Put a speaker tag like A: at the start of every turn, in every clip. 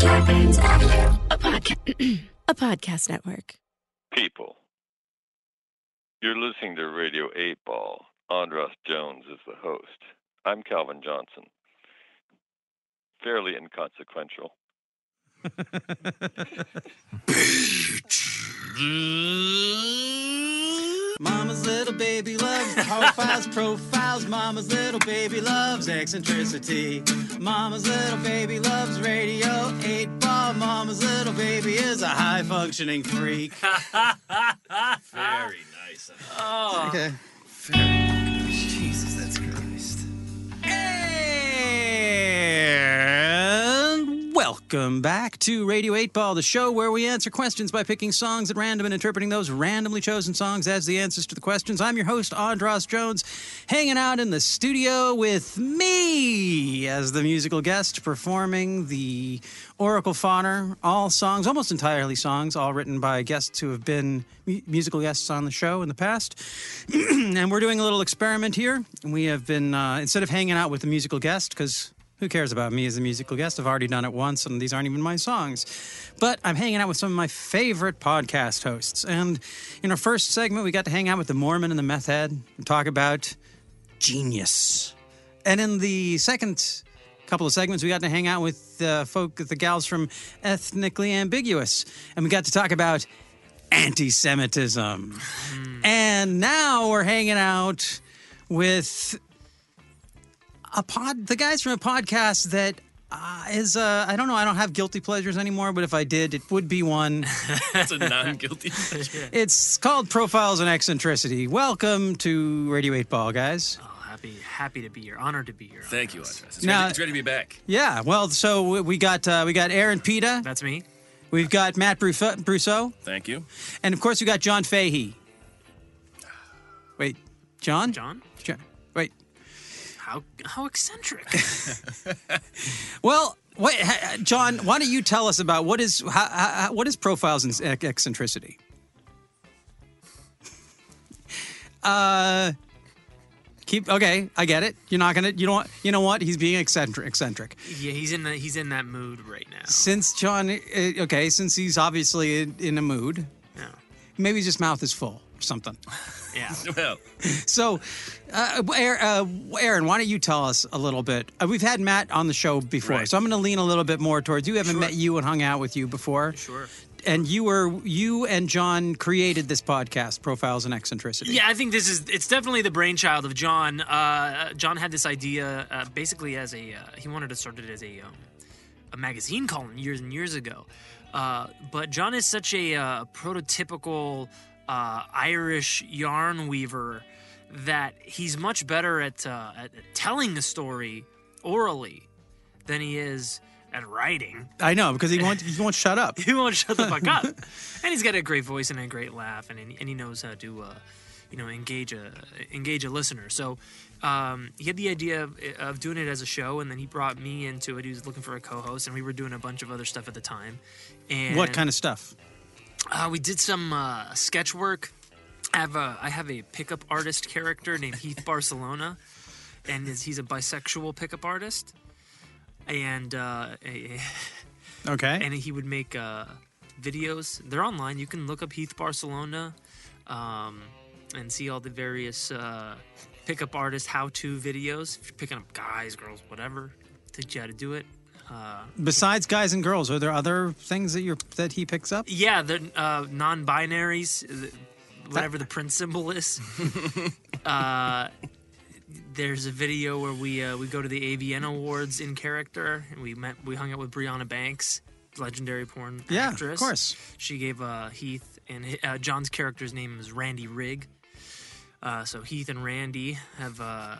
A: Scarpins Audio, a, podca-
B: a podcast network.
C: people. You're listening to Radio 8 Ball. Andras Jones is the host. I'm Calvin Johnson. Fairly inconsequential.
D: Mama's little baby loves profiles, profiles. Mama's little baby loves eccentricity. Mama's little baby loves radio, eight ball. Mama's little baby is a high functioning freak.
E: Very nice.
D: Okay.
E: Jesus, that's Christ.
D: And welcome back to Radio 8 Ball, the show where we answer questions by picking songs at random and interpreting those randomly chosen songs as the answers to the questions. I'm your host, Andros Jones, hanging out in the studio with me as the musical guest performing the Oracle Fauner, all songs, almost entirely songs, all written by guests who have been mu- musical guests on the show in the past. and we're doing a little experiment here. We have been, uh, instead of hanging out with the musical guest, because who cares about me as a musical guest? I've already done it once, and these aren't even my songs. But I'm hanging out with some of my favorite podcast hosts. And in our first segment, we got to hang out with the Mormon and the Meth Head and talk about genius. And in the second couple of segments, we got to hang out with uh, folk, the gals from Ethnically Ambiguous, and we got to talk about anti Semitism. And now we're hanging out with a pod, the guys from a podcast that uh, is, uh, I don't know, I don't have guilty pleasures anymore, but if I did, it would be one.
E: That's a non-guilty pleasure.
D: it's called Profiles and Eccentricity. Welcome to Radio 8 Ball, guys.
F: Oh, happy, happy to be here. Honored to be here.
E: Thank you, Andres. It's,
D: Now-
E: ready, it's ready to be back.
D: Yeah, well, so we- we got uh, we got Aaron Pita,
F: That's me.
D: we've got Matt Brufo- Brousseau,
E: Thank you.
D: and of course we got John Fahey. Wait, John?
F: John.
D: Jo- wait.
F: How how eccentric.
D: Well, wait, ha- John. Why don't you tell us about what is how, how, what is profiles and ec- eccentricity? Uh, keep okay. I get it. You're not gonna. You don't. You know what? He's being eccentric. Eccentric.
F: yeah, he's in that he's in that mood right now.
D: Since John. uh, Okay. Since he's obviously in, in a mood,
F: Yeah.
D: maybe his just mouth is full or something.
F: Yeah.
E: Well,
D: So, uh, Aaron, uh, Aaron, why don't you tell us a little bit? Uh, we've had Matt on the show before,
E: Right.
D: so I'm going to lean a little bit more towards you. Haven't
F: Sure.
D: met you and hung out with you before,
F: Sure.
D: and you were you and John created this podcast, Profiles and Eccentricity.
F: Yeah, I think this is it's definitely the brainchild of John. Uh, John had this idea uh, basically as a uh, he wanted to start it as a um, a magazine column years and years ago. Uh, but John is such a uh, prototypical uh, Irish yarn weaver that he's much better at, uh, at telling the story orally than he is at writing
D: I know because he won't he won't shut up.
F: he won't shut the fuck up. And he's got a great voice and a great laugh, and and he knows how to, uh, you know, engage a engage a listener. So um, he had the idea of, of doing it as a show, and then he brought me into it. He was looking for a co-host, and we were doing a bunch of other stuff at the time. And
D: What kind of stuff?
F: uh, we did some uh, sketch work. I have a I have a pickup artist character named Heath Barcelona, and is, he's a bisexual pickup artist. And uh, a-
D: Okay.
F: and he would make uh, videos. They're online. You can look up Heath Barcelona um, and see all the various uh, pickup artist how-to videos. If you're picking up guys, girls, whatever, teach you how to do it. Uh,
D: Besides guys and girls, are there other things that you're that he picks up?
F: yeah, the uh, non-binaries, uh, whatever the print symbol is. uh, there's a video where we uh, we go to the AVN Awards in character, and we met we hung out with Brianna Banks, legendary porn
D: Yeah,
F: actress.
D: of course.
F: She gave uh, Heath and hi- uh, John's character's name is Randy Rigg. Uh, so Heath and Randy have. Uh,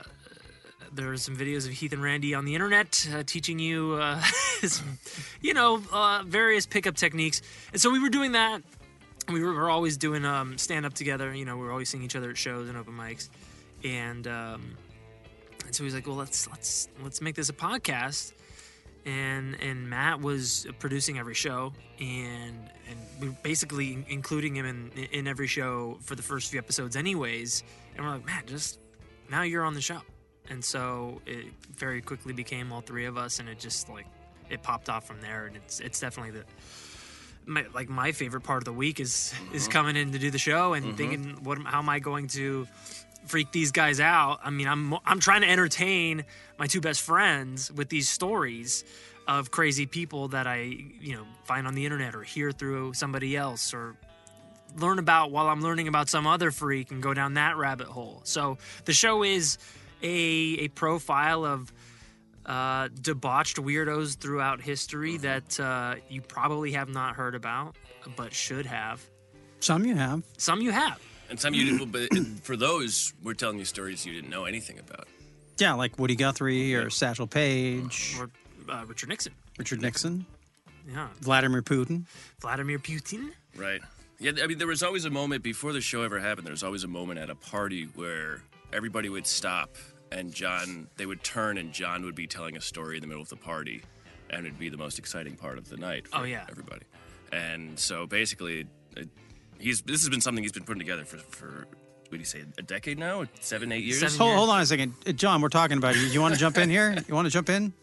F: there are some videos of Heath and Randy on the internet uh, teaching you, uh, some, you know, uh, various pickup techniques. And so we were doing that. We were, were always doing um, stand up together. You know, we were always seeing each other at shows and open mics. And um, and so he's like, well, let's let's let's make this a podcast and and Matt was producing every show, and and we were basically in- including him in in every show for the first few episodes, anyways. And we're like, Matt, just now you're on the show, and so it very quickly became all three of us, and it just like it popped off from there, and it's it's definitely the my, like my favorite part of the week is is coming in to do the show and thinking what am- how am I going to freak these guys out? I mean, I'm I'm trying to entertain my two best friends with these stories of crazy people that I you know find on the internet or hear through somebody else or learn about while I'm learning about some other freak and go down that rabbit hole. So the show is a a profile of uh, debauched weirdos throughout history that uh, you probably have not heard about, but should have.
D: Some you have.
F: Some you have.
E: And some you didn't, but for those, we're telling you stories you didn't know anything about.
D: Yeah, like Woody Guthrie or Satchel Paige,
F: Or uh, Richard Nixon.
D: Richard Nixon,
F: Yeah.
D: Vladimir Putin.
F: Vladimir Putin.
E: Right. Yeah, I mean, there was always a moment before the show ever happened. There was always a moment at a party where everybody would stop and John, they would turn and John would be telling a story in the middle of the party, and it'd be the most exciting part of the night. For
F: Oh, yeah.
E: everybody. And so basically, it, he's this has been something he's been putting together for for what do you say a decade now, seven eight years.
F: Seven-
D: Hold,
F: Yeah.
D: hold on a second, Uh, John. We're talking about you. You want to jump in here? You want to jump in?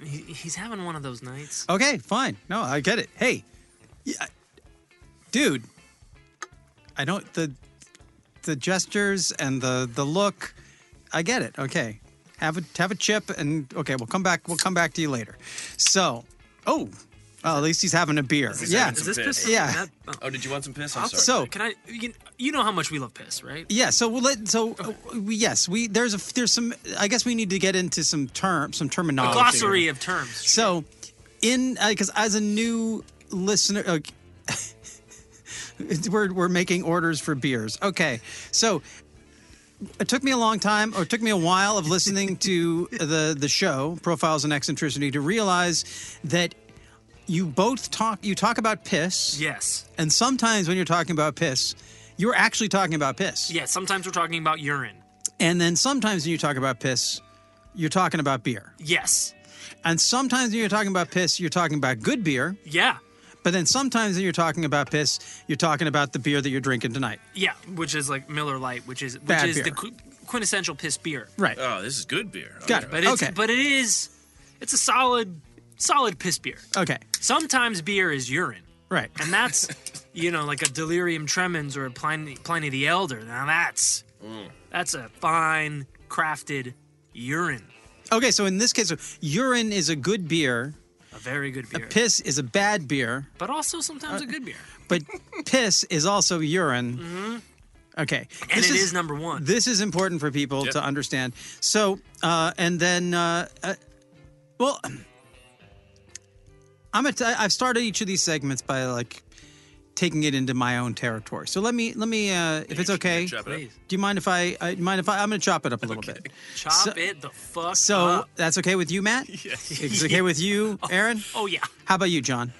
F: He, he's having one of those nights.
D: Okay, fine. No, I get it. Hey, yeah, I- dude, I don't the the gestures and the the look. I get it. Okay, have a have a chip, and okay, we'll come back. We'll come back to you later. So, oh, well, at least he's having a beer.
E: He's
D: Yeah.
E: having
F: Is
E: some
F: this
E: piss.
F: piss? Oh.
D: Yeah.
F: That- oh,
E: Oh, did you want some piss? I'm sorry.
D: So
F: Can I? You, you know how much we love piss, right?
D: Yeah, so we'll let so uh, we, yes, we there's a there's some I guess we need to get into some term some
F: Oh,
D: terminology.
F: Glossary of terms.
D: So in because as a new listener uh, it's- we're we're making orders for beers. Okay. So it took me a long time or it took me a while of listening to the the show Profiles in Eccentricity to realize that you both talk you talk about piss
F: Yes.
D: and sometimes when you're talking about piss you're actually talking about piss.
F: Yeah. Sometimes we're talking about urine.
D: And then sometimes when you talk about piss, you're talking about beer.
F: Yes.
D: And sometimes when you're talking about piss, you're talking about good beer.
F: Yeah.
D: But then sometimes when you're talking about piss, you're talking about the beer that you're drinking tonight.
F: Yeah. Which is like Miller Lite, which is which
D: Bad
F: is the
D: beer.
F: qu- quintessential piss beer.
D: Right.
E: Oh, this is good beer.
D: Got it.
E: Okay.
F: But it's,
D: Okay.
F: but it is, it's a solid, solid piss beer.
D: Okay.
F: Sometimes beer is urine,
D: Right.
F: and that's, you know, like a delirium tremens or a Pliny, Pliny the Elder. Now that's, that's a fine crafted urine,
D: Okay. So in this case, so urine is a good beer.
F: a very good beer,
D: Piss is a Uh, bad beer.
F: but also sometimes a good beer,
D: But piss is also urine. Okay.
F: Mm-hmm. and
D: this
F: it
D: is
F: is, number one.
D: This is important for people to understand. So, uh, and then, uh, uh, well, I'm at, I- I've started each of these segments by like taking it into my own territory. So let me let me uh, if it's okay.
E: Chop it up.
F: Please
D: Do you mind if I, I mind if I I'm going to chop it up a little bit.
F: chop it the fuck
D: So
F: up.
D: that's okay with you, Matt. It's okay with you, Aaron.
F: Oh yeah,
D: How about you, John?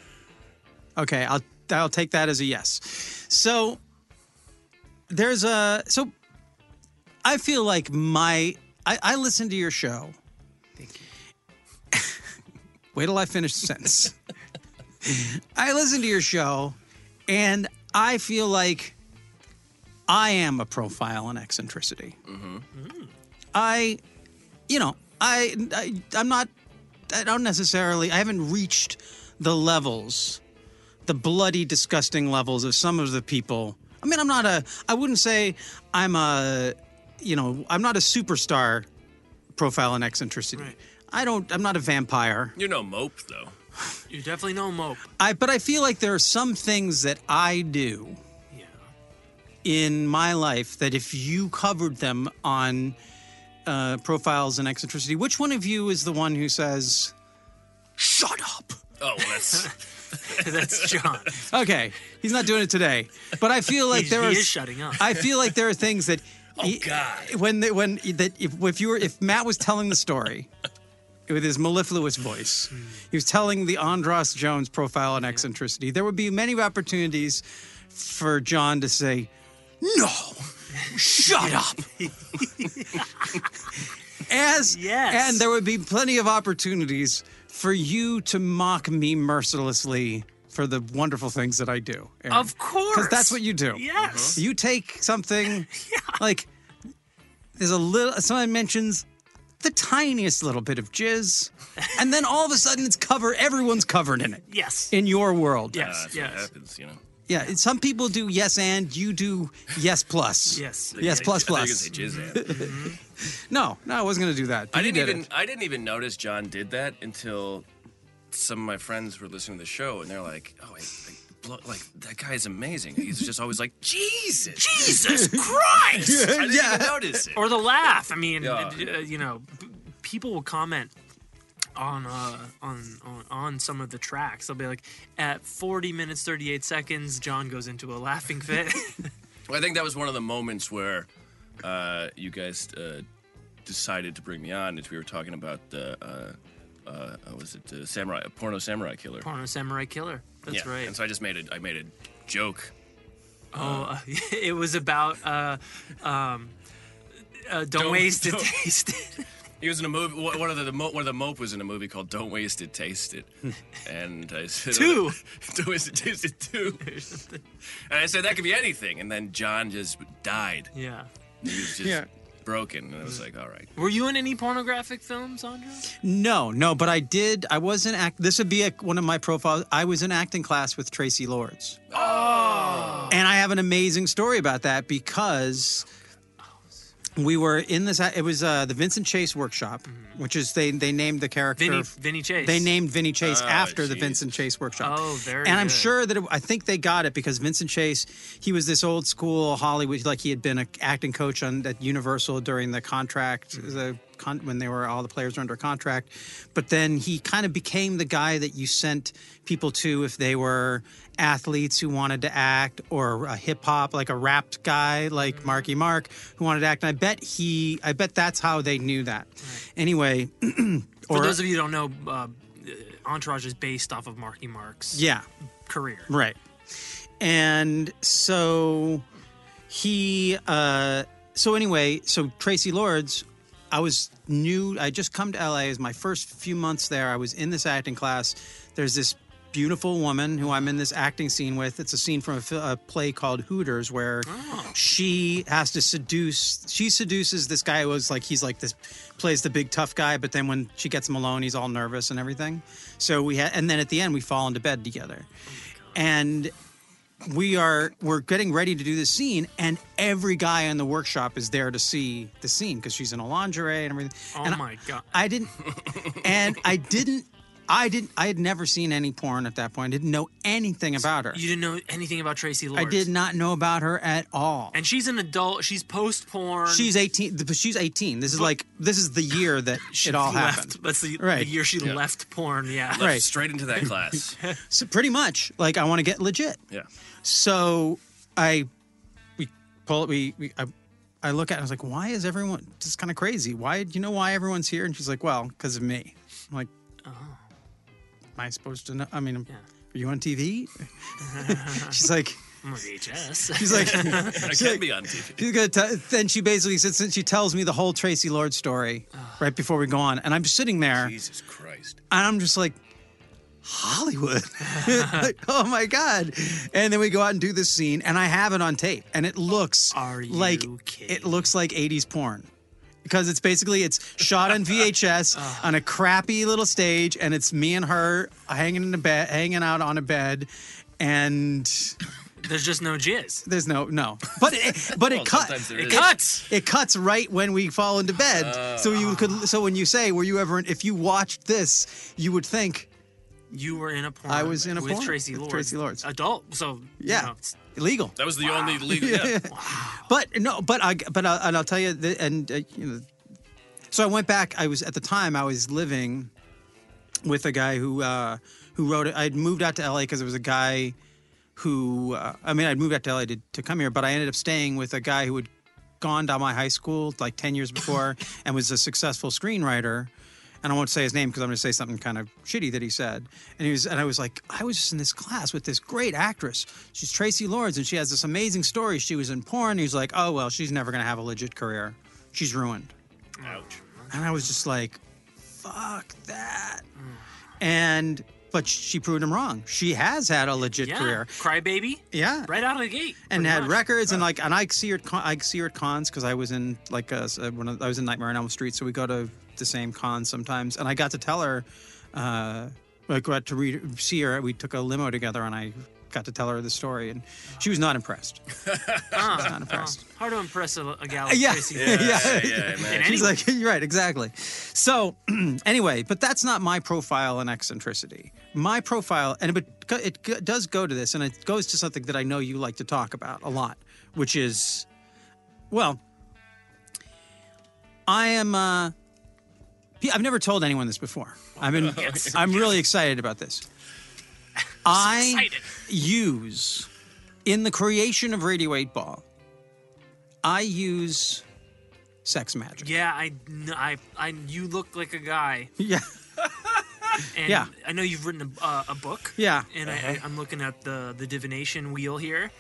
D: Okay, I'll I'll take that as a yes. So there's a so I feel like my I, I listen to your show.
F: Thank you.
D: Wait till I finish the sentence. I listen to your show and I feel like I am a profile in eccentricity. I, you know, I, I I'm not I don't necessarily. I haven't reached the levels, the bloody, disgusting levels of some of the people. I mean, I'm not a. I wouldn't say I'm a. You know, I'm not a superstar profile and eccentricity. I don't. I'm not a vampire.
E: You're no mope though.
F: you definitely know mope.
D: I. But I feel like there are some things that I do
F: Yeah,
D: in my life that if you covered them on uh, profiles and eccentricity, which one of you is the one who says, "Shut up"?
E: Oh, well, that's
F: that's John.
D: Okay, he's not doing it today, but I feel like
F: He-
D: there
F: he
D: are.
F: is shutting up.
D: I feel like there are things that. Oh
E: God.
D: When they, when that if, if you were if Matt was telling the story with his mellifluous voice, he was telling the Andros Jones profile and eccentricity. There would be many opportunities for John to say, "No, shut up." As
F: Yes.
D: and there would be plenty of opportunities for you to mock me mercilessly for the wonderful things that I do. Aaron.
F: Of course,
D: Because that's what you do.
F: Yes.
D: You take something like there's a little someone mentions the tiniest little bit of jizz, and then all of a sudden it's covered. Everyone's covered in it
F: Yes.
D: in your world.
E: Uh,
F: yes.
E: that's what
F: Yes.
E: happens, you know.
D: Yeah, and some people do yes and you do yes plus.
F: Yes.
D: Yes plus
E: I,
D: plus.
E: think it's a jizz ad.
D: No, no, I wasn't gonna do that. but
E: I
D: you
E: didn't
D: did
E: even
D: it.
E: I didn't even notice John did that until some of my friends were listening to the show and they're like, "Oh, wait, like, blow, like that guy is amazing. He's just always like, Jesus, Jesus Christ!" I didn't
D: Yeah.
E: even notice it.
F: Or the laugh. I mean,
E: Yeah.
F: uh, you know, p- people will comment on, uh, on on on some of the tracks. They'll be like, at 40 minutes 38 seconds, John goes into a laughing fit.
E: I think that was one of the moments where uh, you guys uh, decided to bring me on, as we were talking about the uh, uh, what was it the samurai porno samurai killer.
F: Porno Samurai Killer. That's
E: yeah.
F: right.
E: And so I just made a I made a joke.
F: Oh, uh, it was about uh, um, uh, don't,
E: Don't-
F: waste it,
E: don't-
F: taste it.
E: He was in a movie. One one of the, the mo- one of the mope was in a movie called "Don't Waste It, Taste It," and I said
F: Two.
E: Don't waste it, taste it two. And I said that could be anything. And then John just died.
F: Yeah.
E: He was just
D: Yeah.
E: broken. And I was like, all right.
F: Were you in any pornographic films, Andre?
D: No, no, but I did. I was in act. This would be a, one of my profiles. I was in acting class with Tracy Lords. Oh. And I have an amazing story about that because we were in this. It was uh, the Vincent Chase workshop, which is they they named the character.
F: Vinny, Vinny Chase.
D: They named Vinny Chase
E: Oh,
D: after the
E: jeez.
D: Vincent Chase workshop.
F: Oh, very
D: And I'm
F: good.
D: sure that it, I think they got it because Vincent Chase, he was this old school Hollywood, like he had been an acting coach on at Universal during the contract,
F: Hmm.
D: the con, when they were all the players were under contract. But then he kind of became the guy that you sent people to if they were athletes who wanted to act or a hip hop, like a rapped guy
F: Hmm.
D: like Marky Mark who wanted to act. And I bet he, I bet that's how they knew that. Anyway.
F: For
D: or-
F: those of you who don't know, uh, Entourage is based off of Marky Mark's
D: yeah.
F: career.
D: Right. And so he uh so anyway, so Tracy Lords, I was new I just come to LA it was my first few months there. I was in this acting class. There's this beautiful woman who I'm in this acting scene with. It's a scene from a, fi- a play called Hooters where she has to seduce she seduces this guy who was like he's like this plays the big tough guy, but then when she gets him alone, he's all nervous and everything. So we had and then at the end we fall into bed together and we are we're getting ready to do this scene and every guy in the workshop is there to see the scene because she's in a lingerie and everything
F: Oh
D: and
F: my god.
D: I, I didn't and i didn't i didn't i had never seen any porn at that point i didn't know anything about her
F: You didn't know anything about Tracy
D: i
F: Lords.
D: did not know about her at all
F: And she's an adult. She's post porn.
D: she's 18 th- but she's 18 this is like this is the year that it all
F: left.
D: happened
F: That's the, the
D: Right.
F: year she left porn. Yeah.
E: Left
D: Right.
E: Straight into that class.
D: so pretty much like i want to get legit
E: yeah.
D: So I we pull it. We, we I, I look at. It, and I was like, why is everyone just kind of crazy? Why do you know why everyone's here? And she's like, well, because of me. I'm like, am I supposed to know? I mean, are you on TV? she's like,
F: I'm a VHS.
D: she's like,
E: I can't be on TV.
D: she's gonna. T- then she basically sits and she tells me the whole Tracy Lord story right before we go on, and I'm sitting there
E: Jesus Christ.
D: and I'm just like, Hollywood. like, oh my God. And then we go out and do this scene, and I have it on tape, and it looks
F: Are you
D: like it
F: kidding?
D: looks like 80s porn. Because it's basically it's shot on VHS on a crappy little stage, and it's me and her hanging in a bed, hanging out on a bed, and
F: There's just no jizz.
D: there's no no, but it, but
E: Well,
D: it cut
E: sometimes there
D: it
E: is.
D: cuts it cuts right when we fall into bed. so you could so when you say were you ever in- if you watched this, you would think
F: You were in a porn.
D: I was in a
F: with
D: porn
F: Tracy
D: with
F: Lords.
D: Tracy Lords.
F: Adult. So you
D: Yeah,
F: know, it's-
D: illegal.
E: That was the only legal. Yeah.
D: But no, but I but I, and I'll tell you the, and uh, you know, so I went back. I was at the time I was living with a guy who uh, who wrote it. I'd moved out to LA because there was a guy who uh, I mean I'd moved out to LA to, to come here, but I ended up staying with a guy who had gone down my high school like ten years before and was a successful screenwriter. And I won't say his name because I'm going to say something kind of shitty that he said. And he was, and I was like, I was just in this class with this great actress. She's Tracy Lords, and she has this amazing story. She was in porn. He's like, oh well, she's never going to have a legit career. She's ruined.
E: Ouch.
D: And I was just like, fuck that. And but she proved him wrong. She has had a legit
F: yeah.
D: career.
F: Crybaby.
D: Yeah.
F: Right out of the gate.
D: And
F: pretty
D: had
F: much.
D: records and like and I see her at con- I see her at cons because I was in like a, one of I was in Nightmare on Elm Street so we go to the same cons sometimes, and I got to tell her, uh, I got to read, see her. We took a limo together, and I got to tell her the story, and she was not impressed.
F: Ah,
D: not
F: ah,
D: impressed.
F: hard to impress a, a gal.
D: Uh,
F: like
D: yeah.
F: Tracy.
D: Yeah.
E: yeah, man.
F: And
D: She's
F: anyway-
D: like, you're right, exactly. So, anyway, but that's not my profile and eccentricity. My profile, and but it go- does go to this, and it goes to something that I know you like to talk about a lot, which is, well, I am. Uh, yeah, I've never told anyone this before. I'm in, I'm really excited about this. I
F: Excited.
D: use in the creation of Radio 8 Ball, I use sex magic.
F: Yeah, I, kn- I, I, you look like a guy,
D: Yeah.
F: and
D: Yeah.
F: I know you've written a, uh, a book.
D: Yeah.
F: and I, I'm looking at the the divination wheel here,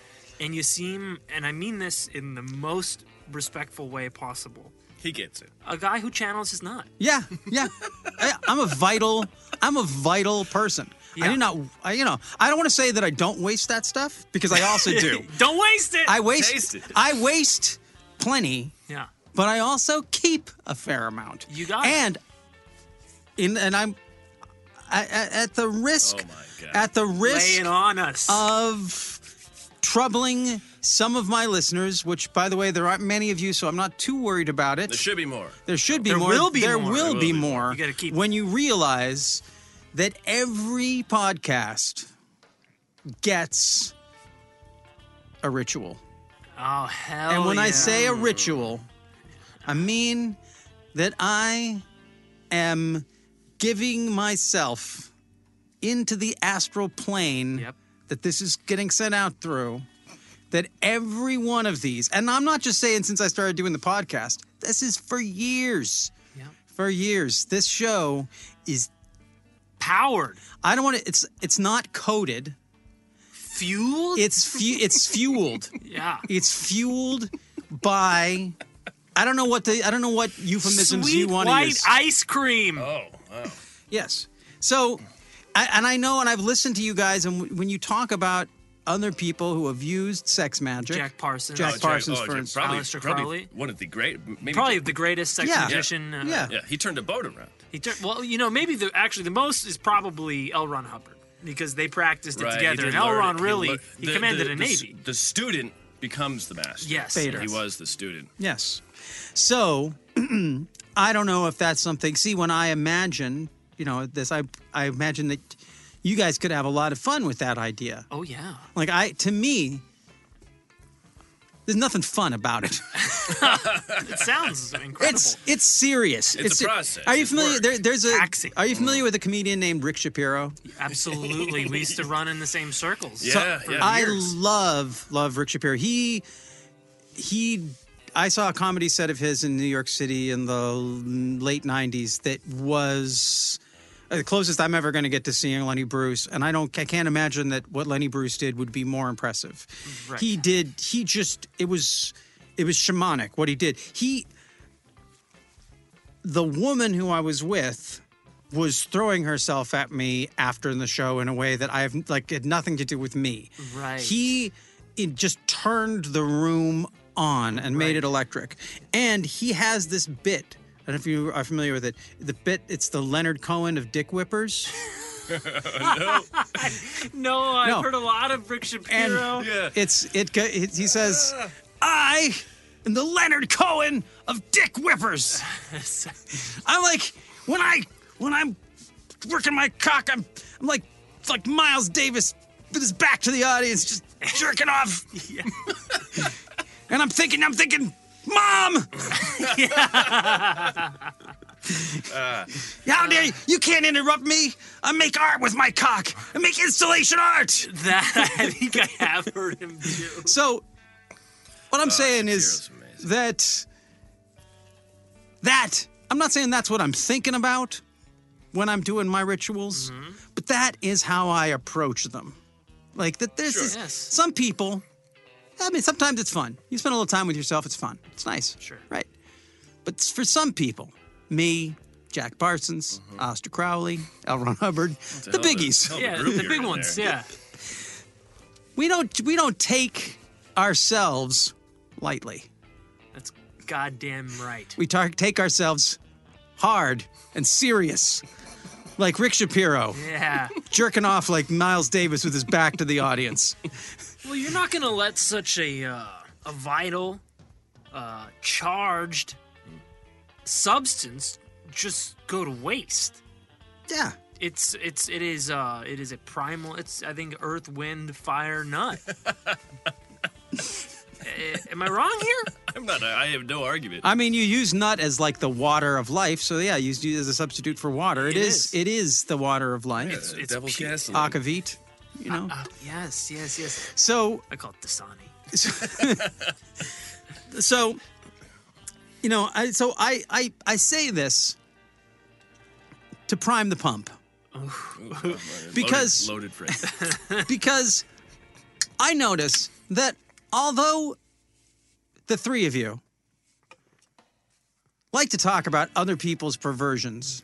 F: and you seem, and I mean this in the most respectful way possible,
E: He gets it.
F: a guy who channels is not.
D: Yeah. Yeah. I, I'm a vital I'm a vital person. I
F: Yeah.
D: do not I, you know, I don't want to say that I don't waste that stuff because I also do.
F: Don't waste it.
D: I waste
E: Taste it.
D: I waste plenty,
F: yeah,
D: but I also keep a fair amount.
F: You got it.
D: And in and I'm I, at at the risk
E: Oh my God.
D: at the risk uh,
F: laying on us.
D: of troubling some of my listeners, which, by the way, there aren't many of you, so I'm not too worried about it.
E: There should be more.
D: There should be
F: There
D: more.
F: will be
D: there
F: more.
D: Will
F: There will
D: be,
E: be
D: more.
F: You gotta keep-
D: when you realize that every podcast gets a ritual.
F: oh hell!
D: And when I
F: yeah.
D: say a ritual, I mean that I am giving myself into the astral plane
F: Yep.
D: that this is getting sent out through. That every one of these, and I'm not just saying since I started doing the podcast, this is for years.
F: Yeah.
D: For years. This show is
F: powered,
D: I don't want to it's it's not coded.
F: fueled,
D: It's fu- it's fueled.
F: yeah,
D: It's fueled by I don't know what the I don't know what euphemisms
F: sweet
D: you want to
F: white
D: use.
F: ice cream.
E: Oh, wow.
D: yes. So, I, and I know, and I've listened to you guys, and w- when you talk about other people who have used sex magic,
F: Jack Parsons.
D: Jack
F: Oh, Jack-
D: Parsons,
E: oh,
D: for
E: Jack-
D: instance.
E: probably,
F: Aleister
E: probably
F: Crowley.
E: one of the great. Maybe
F: Probably the greatest sex
D: Yeah.
F: magician. Uh,
D: yeah,
E: Yeah, he turned a boat around.
F: He tur- well, you know, maybe the actually the most is probably L. Ron Hubbard because they practiced it
E: he
F: together,
E: did
F: and L.
E: learn
F: Ron
E: it.
F: really he,
E: lear- the-
F: commanded
E: the-
F: a
E: the s-
F: navy.
E: The student becomes the master.
F: Yes,
D: Vader.
E: He was the student.
D: yes. So, I don't know if that's something. See, when I imagine, you know, this, I I imagine that you guys could have a lot of fun with that idea.
F: Oh yeah,
D: Like I, to me, there's nothing fun about it.
F: it sounds incredible.
D: It's it's serious.
E: It's a process.
D: Are you
E: It's
D: familiar?
E: work. Mm.
D: There, there's a.
F: Taxing.
D: Are you familiar with a comedian named Rick Shapiro?
F: Absolutely, we used to run in the same circles.
E: Yeah, yeah.
D: I
F: years.
D: love love Rick Shapiro. He he. I saw a comedy set of his in New York City in the late '90s that was uh, the closest I'm ever going to get to seeing Lenny Bruce, and I don't, I can't imagine that what Lenny Bruce did would be more impressive.
F: Right.
D: He did, he just, it was, it was shamanic what he did. He, the woman who I was with, was throwing herself at me after the show in a way that I have like had nothing to do with me.
F: Right.
D: He, it just turned the room on and made it electric. And he has this bit. I don't know if you are familiar with it. The bit, it's the Leonard Cohen of Dick Whippers.
F: No, I've
D: No.
F: heard a lot of Rick
D: and
F: Shapiro.
D: it's it, go- it he says i am the leonard cohen of dick whippers i'm like when i when i'm working my cock i'm i'm like it's like miles davis with his back to the audience just jerking off and i'm thinking i'm thinking mom how dare you you can't interrupt me i make art with my cock i make installation art
F: That I think I have heard him do.
D: so, what I'm saying is
E: Shapiro's amazing.
D: that that I'm not saying that's what I'm thinking about when I'm doing my rituals, but that is how I approach them. Like that, this is
F: Yes.
D: some people. I mean, sometimes it's fun. You spend a little time with yourself. It's fun. It's nice.
F: Sure.
D: Right. But s- for some people, me, Jack Parsons, Oster Crowley, L. Ron Hubbard, the
E: hell the-
D: biggies.
E: hell
F: Yeah,
E: group
F: the
E: you're
F: big
E: in
F: ones.
E: there.
F: Yeah,
D: We don't we don't take ourselves lightly.
F: that's goddamn right.
D: we tar- take ourselves hard and serious, like Rick Shapiro
F: Yeah.
D: jerking off like Miles Davis with his back to the audience.
F: Well, you're not gonna let such a uh, a vital, uh, charged substance just go to waste.
D: Yeah.
F: It's it's it is uh it is a primal. It's I think earth, wind, fire, nut. Eh, Am I wrong here?
E: I'm not. I have no argument.
D: I mean, you use nut as like the water of life. So yeah, you use it as a substitute for water.
F: It
D: it is,
F: is.
D: It is the water of life. It's
E: Uh,
F: it's
E: Devil's
F: pure-
E: Castle.
D: Akavit. You know.
F: Uh, yes, yes, yes.
D: so
F: I call it Dasani.
D: so you know I, so I, I i say this to prime the pump because-
E: loaded, loaded phrase.
D: because i notice that although the three of you like to talk about other people's perversions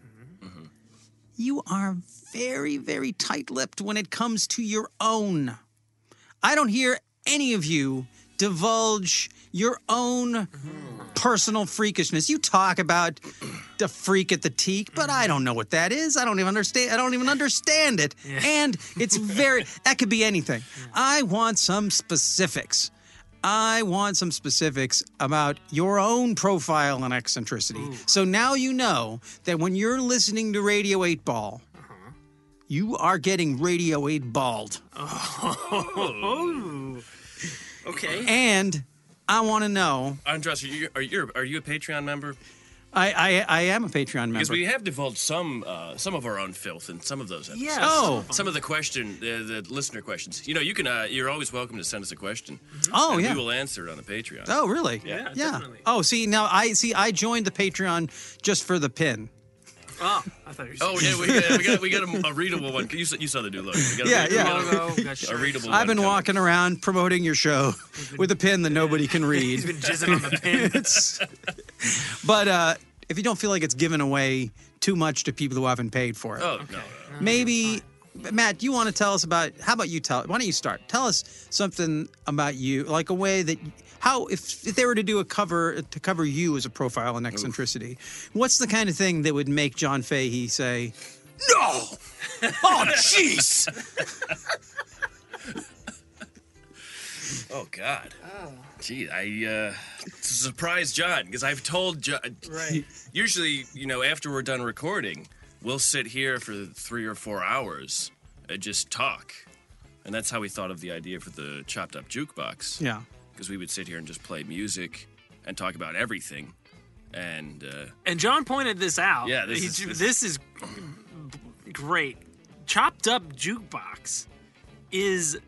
D: you are very very tight-lipped when it comes to your own i don't hear any of you divulge your own personal freakishness. You talk about the freak at the teak, but I don't know what that is. I don't even understand. I don't even understand it. And it's very that could be anything. I want some specifics. I want some specifics about your own profile and eccentricity. So now you know that when you're listening to Radio 8 Ball,
E: Uh-huh.
D: you are getting Radio 8 balled.
F: Oh, okay.
D: And I want to know
E: Andras, are you are you are you a Patreon member?
D: I, I I am a Patreon member.
E: Because we have divulged some uh, some of our own filth in some of those episodes.
F: Yeah.
D: Oh.
E: Some of the question, uh, the listener questions. You know, you can. Uh, you're always welcome to send us a question.
D: oh
E: and
D: yeah.
E: We will answer it on the Patreon.
D: Oh, really?
F: Yeah, definitely.
D: Oh, see now I see I joined the Patreon just for the pin.
F: Oh, I thought you were saying
E: Oh, yeah, we, yeah, we got we got a, a readable one. You saw, you saw the new logo. We got a
D: Yeah,
E: readable-
D: yeah.
E: we got
F: logo. got
E: A, a
F: shirts.
E: readable.
D: I've
E: one
D: been
E: coming.
D: walking around promoting your show with a pin that nobody can read.
F: He's been jizzing on the pin.
D: It's- but uh, if you don't feel like it's given away too much to people who haven't paid for it,
E: Oh no, no,
F: Mm-hmm.
E: no.
D: maybe Matt, you want to tell us about? How about you tell? Why don't you start? Tell us something about you, like a way that how if, if they were to do a cover to cover you as a profile and eccentricity, what's the kind of thing that would make John Fahey say, "No, oh jeez."
E: Oh God. Oh. Gee, I uh, surprised John because I've told John.
F: Right.
E: Usually, you know, after we're done recording, we'll sit here for three or four hours and just talk, and that's how we thought of the idea for the chopped up jukebox.
D: Yeah.
E: Because we would sit here and just play music and talk about everything, and uh,
F: And John pointed this out.
E: Yeah, this
F: He
E: is-
F: ju-
E: this-
F: this is great. Chopped up jukebox is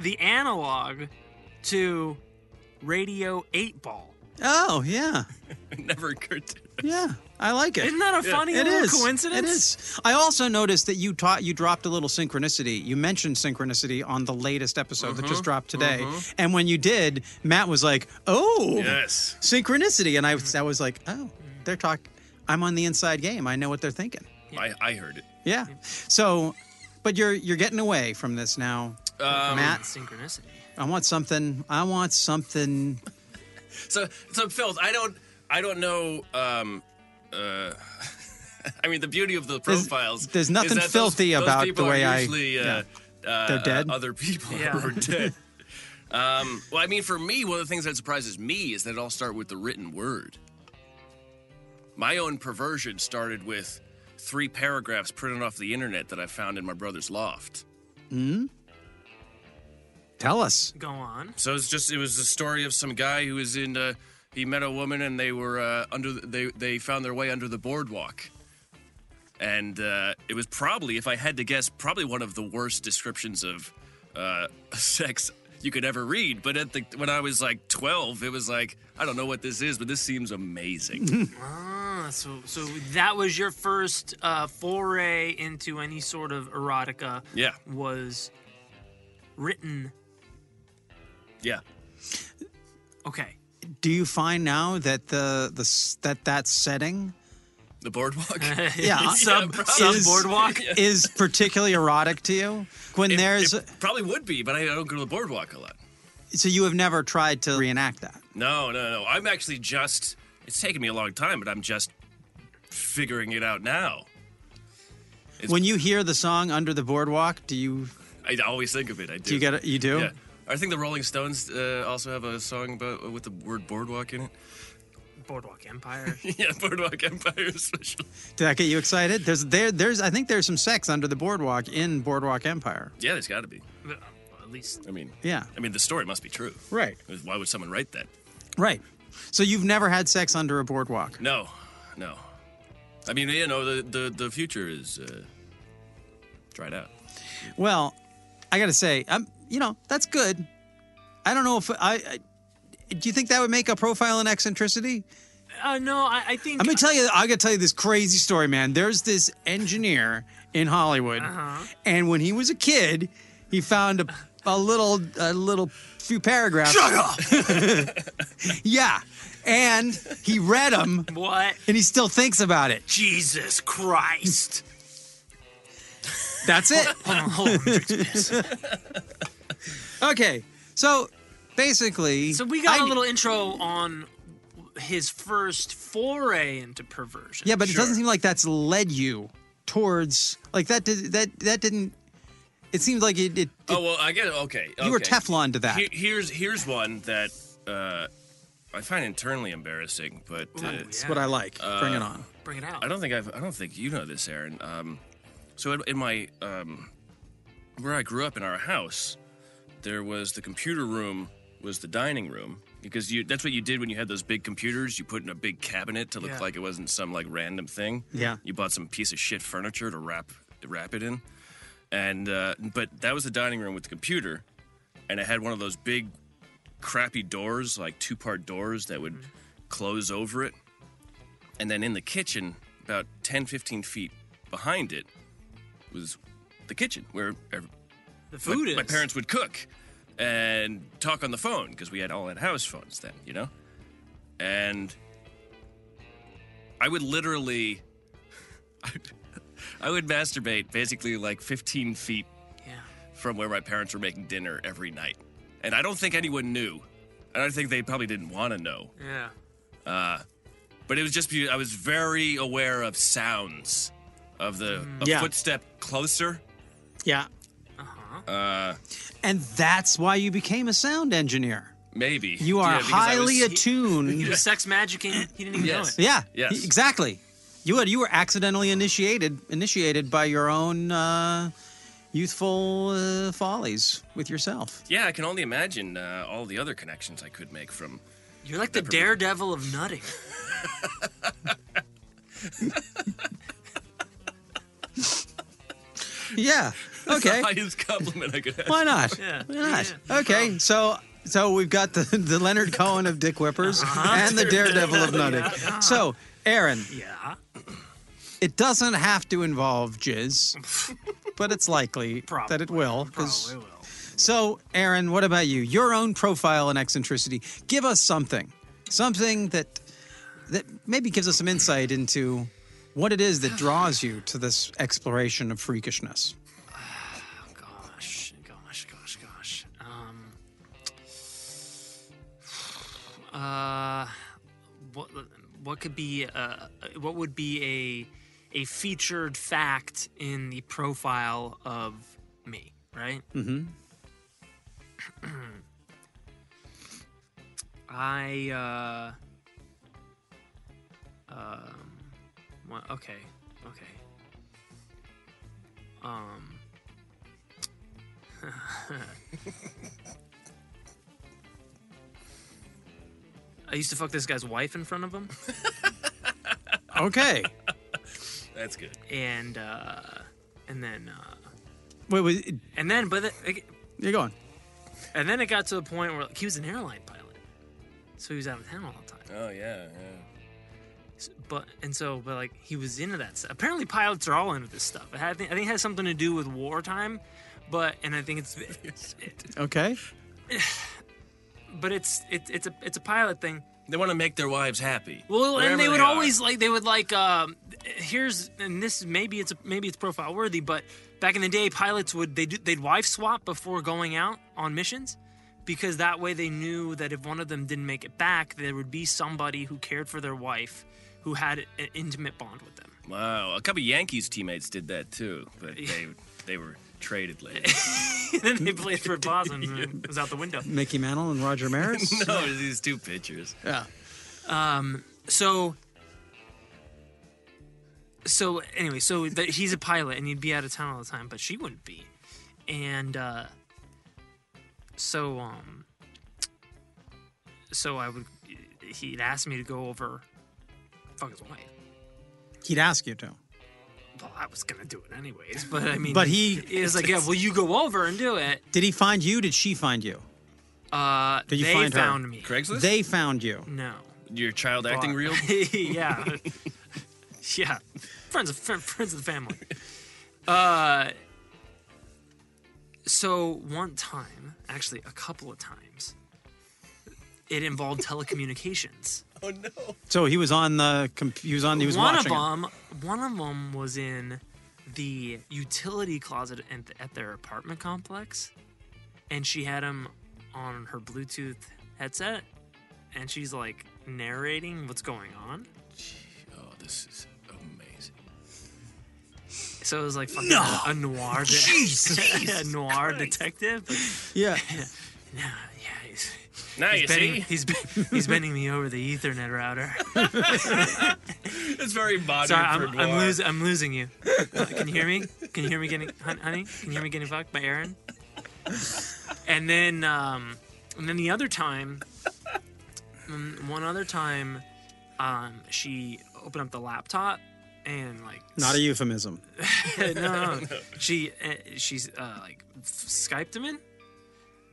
F: the analog to Radio 8 Ball.
D: Oh yeah,
E: it never occurred to.
D: yeah. I like it.
F: Isn't that a funny
D: It
F: little
D: is.
F: coincidence?
D: It is. I also noticed that you taught you dropped a little synchronicity. You mentioned synchronicity on the latest episode that
F: Mm-hmm.
D: just dropped today. And when you did, Matt was like, "Oh,
E: Yes.
D: synchronicity," and I was, I was like, "Oh, they're talking. I'm on the inside game. I know what they're thinking."
E: I, I heard it.
D: Yeah. So, but you're you're getting away from this now, Matt.
F: Um, Synchronicity.
D: I want something. I want something.
E: So, so Phil, I don't, I don't know. Um, uh, I mean, the beauty of the profiles.
D: there's nothing
E: is that those-
D: filthy
E: those
D: about the
E: people are
D: way I-
E: Usually, uh, uh,
D: They're dead?
E: Uh, other people
F: Yeah.
E: are dead. Um, well, I mean, for me, one of the things that surprises me is that it all started with the written word. My own perversion started with three paragraphs printed off the internet that I found in my brother's loft.
D: Tell us.
F: Go on.
E: So it's just it was the story of some guy who was in. Uh, he met a woman and they were uh, under. The, they they found their way under the boardwalk, and uh, it was probably, if I had to guess, probably one of the worst descriptions of uh, sex you could ever read. But at the when I was like twelve, it was like I don't know what this is, but this seems amazing.
F: Ah, so, so that was your first uh, foray into any sort of erotica.
E: yeah,
F: Was written.
E: yeah.
F: Okay.
D: Do you find now that the the s- that that setting
E: The boardwalk.
D: Yeah,
F: Sub,
E: probably.
F: sub
D: Is-
F: boardwalk.
D: is particularly erotic to you? When
E: It-
D: there's
E: it probably would be, but I don't go to the boardwalk a lot.
D: so you have never tried to reenact that.
E: No, no, no. I'm actually just. It's taken me a long time, but I'm just figuring it out now. It's-
D: when you hear the song Under the Boardwalk, do you
E: I always think of it. I do.
D: do you get it? You do?
E: Yeah. I think the Rolling Stones uh, also have a song about uh, with the word boardwalk in it.
F: Boardwalk Empire.
E: yeah, Boardwalk Empire especially.
D: Did that get you excited? There's there there's I think there's some sex under the boardwalk in Boardwalk Empire.
E: Yeah, there's got to be.
F: Well, At least
E: I mean,
D: Yeah.
E: I mean, the story must be true.
D: Right.
E: Why would someone write that?
D: Right. So you've never had sex under a boardwalk.
E: No, no. I mean, you know, the the, the future is uh, dried out.
D: Well, I got to say, I'm you know, that's good. I don't know if I, I do you think that would make a profile in eccentricity?
F: uh, no, I, I think
D: I'm gonna tell you. I gotta tell you this crazy story, man. There's this engineer in Hollywood,
F: Uh-huh.
D: and when he was a kid, he found a, a little, a little few paragraphs. Shut up. yeah, and he read them,
F: what
D: and he still thinks about it.
F: Jesus Christ.
D: That's it.
F: hold on, hold on. let me drink some piss.
D: Okay, so basically,
F: So we got
D: I-
F: a little intro on his first foray into perversion.
D: Yeah, but it doesn't
E: Sure.
D: seem like that's led you towards like that. Did that? That didn't. It seemed like it. it, it
E: Oh well, I get it. Okay,
F: Oh,
D: you were
E: okay.
D: Teflon to that.
E: Here, here's here's one that uh, I find internally embarrassing, but uh,
F: Ooh,
D: that's
F: yeah.
D: what I like. Bring it on.
F: Bring it out.
E: I don't think I've I don't think you know this, Aaron. Um, so in, in my um, where I grew up in our house, there was the computer room was the dining room because you that's what you did when you had those big computers. You put in a big cabinet to look
F: Yeah.
E: like it wasn't some like random thing.
D: Yeah.
E: you bought some piece of shit furniture to wrap wrap it in, and uh, but that was the dining room with the computer, and it had one of those big crappy doors, like two part doors that would close over it. And then in the kitchen, about 10, 15 feet behind it, was the kitchen where ev-
F: the food
E: my,
F: is
E: my parents would cook and talk on the phone because we had all had house phones then, you know? And I would literally. I would masturbate basically like 15 feet
F: Yeah.
E: from where my parents were making dinner every night. And I don't think anyone knew. And I think they probably didn't want to know.
F: Yeah.
E: But it was just, be- I was very aware of sounds of the a
D: Yeah.
E: footstep closer.
D: Yeah.
E: Uh,
D: And that's why you became a sound engineer.
E: maybe.
D: You are
E: Yeah, because I
D: highly
E: was-
F: He
D: attuned.
F: was sex magicking. He didn't even
E: Yes.
F: know it.
D: yeah.
E: Yes.
D: y- Exactly. You had, you were accidentally initiated initiated by your own uh, youthful uh, follies with yourself.
E: Yeah, I can only imagine uh, all the other connections I could make from.
F: You're like the daredevil of nutting.
D: Yeah. Okay.
E: The highest compliment I could have.
D: Why not?
F: Yeah.
D: Why not?
F: Yeah.
D: Okay. So so we've got the, the Leonard Cohen of Dick Whippers and the Daredevil of Nutting. So Aaron,
F: Yeah.
D: it doesn't have to involve jizz, but it's likely
F: Probably.
D: that it will. 'cause-
F: Probably Oh, will.
D: So, Aaron, what about you? Your own profile and eccentricity. Give us something, something that that maybe gives us some insight into what it is that draws you to this exploration of freakishness.
F: gosh, gosh, gosh, gosh. Um, uh, what what could be uh, what would be a a featured fact in the profile of me, right? Mm-hmm. I uh, um, well, okay, okay. Um. I used to fuck this guy's wife in front of him,
D: Okay.
E: That's good.
F: and uh, and then uh,
D: wait, wait,
F: and then but the,
D: you're going.
F: and then it got to a point where like, he was an airline pilot, so he was out of town all the time.
E: Oh yeah,
F: S- But and so but like he was into that stuff. Apparently pilots are all into this stuff. I had- I think, I think it has something to do with wartime, but and I think it's
D: Okay.
F: but it's it's it's a it's a pilot thing.
E: They want to make their wives happy.
F: Well,
E: wherever
F: and they would
E: are.
F: always like they would like um, here's and this maybe it's maybe it's profile worthy, but back in the day, pilots would they do, they'd wife swap before going out on missions because that way they knew that if one of them didn't make it back, there would be somebody who cared for their wife who had an intimate bond with them.
E: Wow, a couple Yankees teammates did that too, but they they were traded later.
F: and then they played for Boston and it was out the window.
D: Mickey Mantle and Roger Maris.
E: no, these two pitchers.
D: Yeah.
F: So, so anyway, so that he's a pilot and he'd be out of town all the time, but she wouldn't be. And uh, so, um, so I would. He'd asked me to go over, fuck his wife.
D: He'd ask you to.
F: Well, I was gonna do it anyways, but I mean,
D: But he-
F: is like, yeah, will you go over and do it?
D: Did he find you? Did she find you?
F: Uh,
D: Did you
F: they
D: find her?
F: found me.
E: Craigslist.
D: They found you.
F: No.
E: Your child acting reel.
F: yeah. yeah. Friends of fr- friends of the family. Uh so one time, actually a couple of times, it involved telecommunications.
E: Oh no.
D: So he was on the. comp- He was on. He was
F: one of
D: watching. it.
F: them, one of them was in the utility closet at, at their apartment complex, and she had him on her Bluetooth headset, and she's like narrating what's going on.
E: Oh, this is amazing.
F: So it was like fucking a noir, de- a noir detective.
D: Yeah.
F: Nah, yeah, he's,
E: Now you
F: he's bending,
E: see,
F: he's, ben- he's bending me over the Ethernet router.
E: it's very modern.
F: Sorry,
E: for
F: I'm, I'm
E: noir.
F: losing. I'm losing you. Uh, Can you hear me? Can you hear me getting, hon- honey? Can you hear me getting fucked by Aaron? And then, um, and then the other time, mm, one other time, um, she opened up the laptop and like
D: Not a euphemism.
F: no, no, no. She uh, she's uh, like f- skyped him in,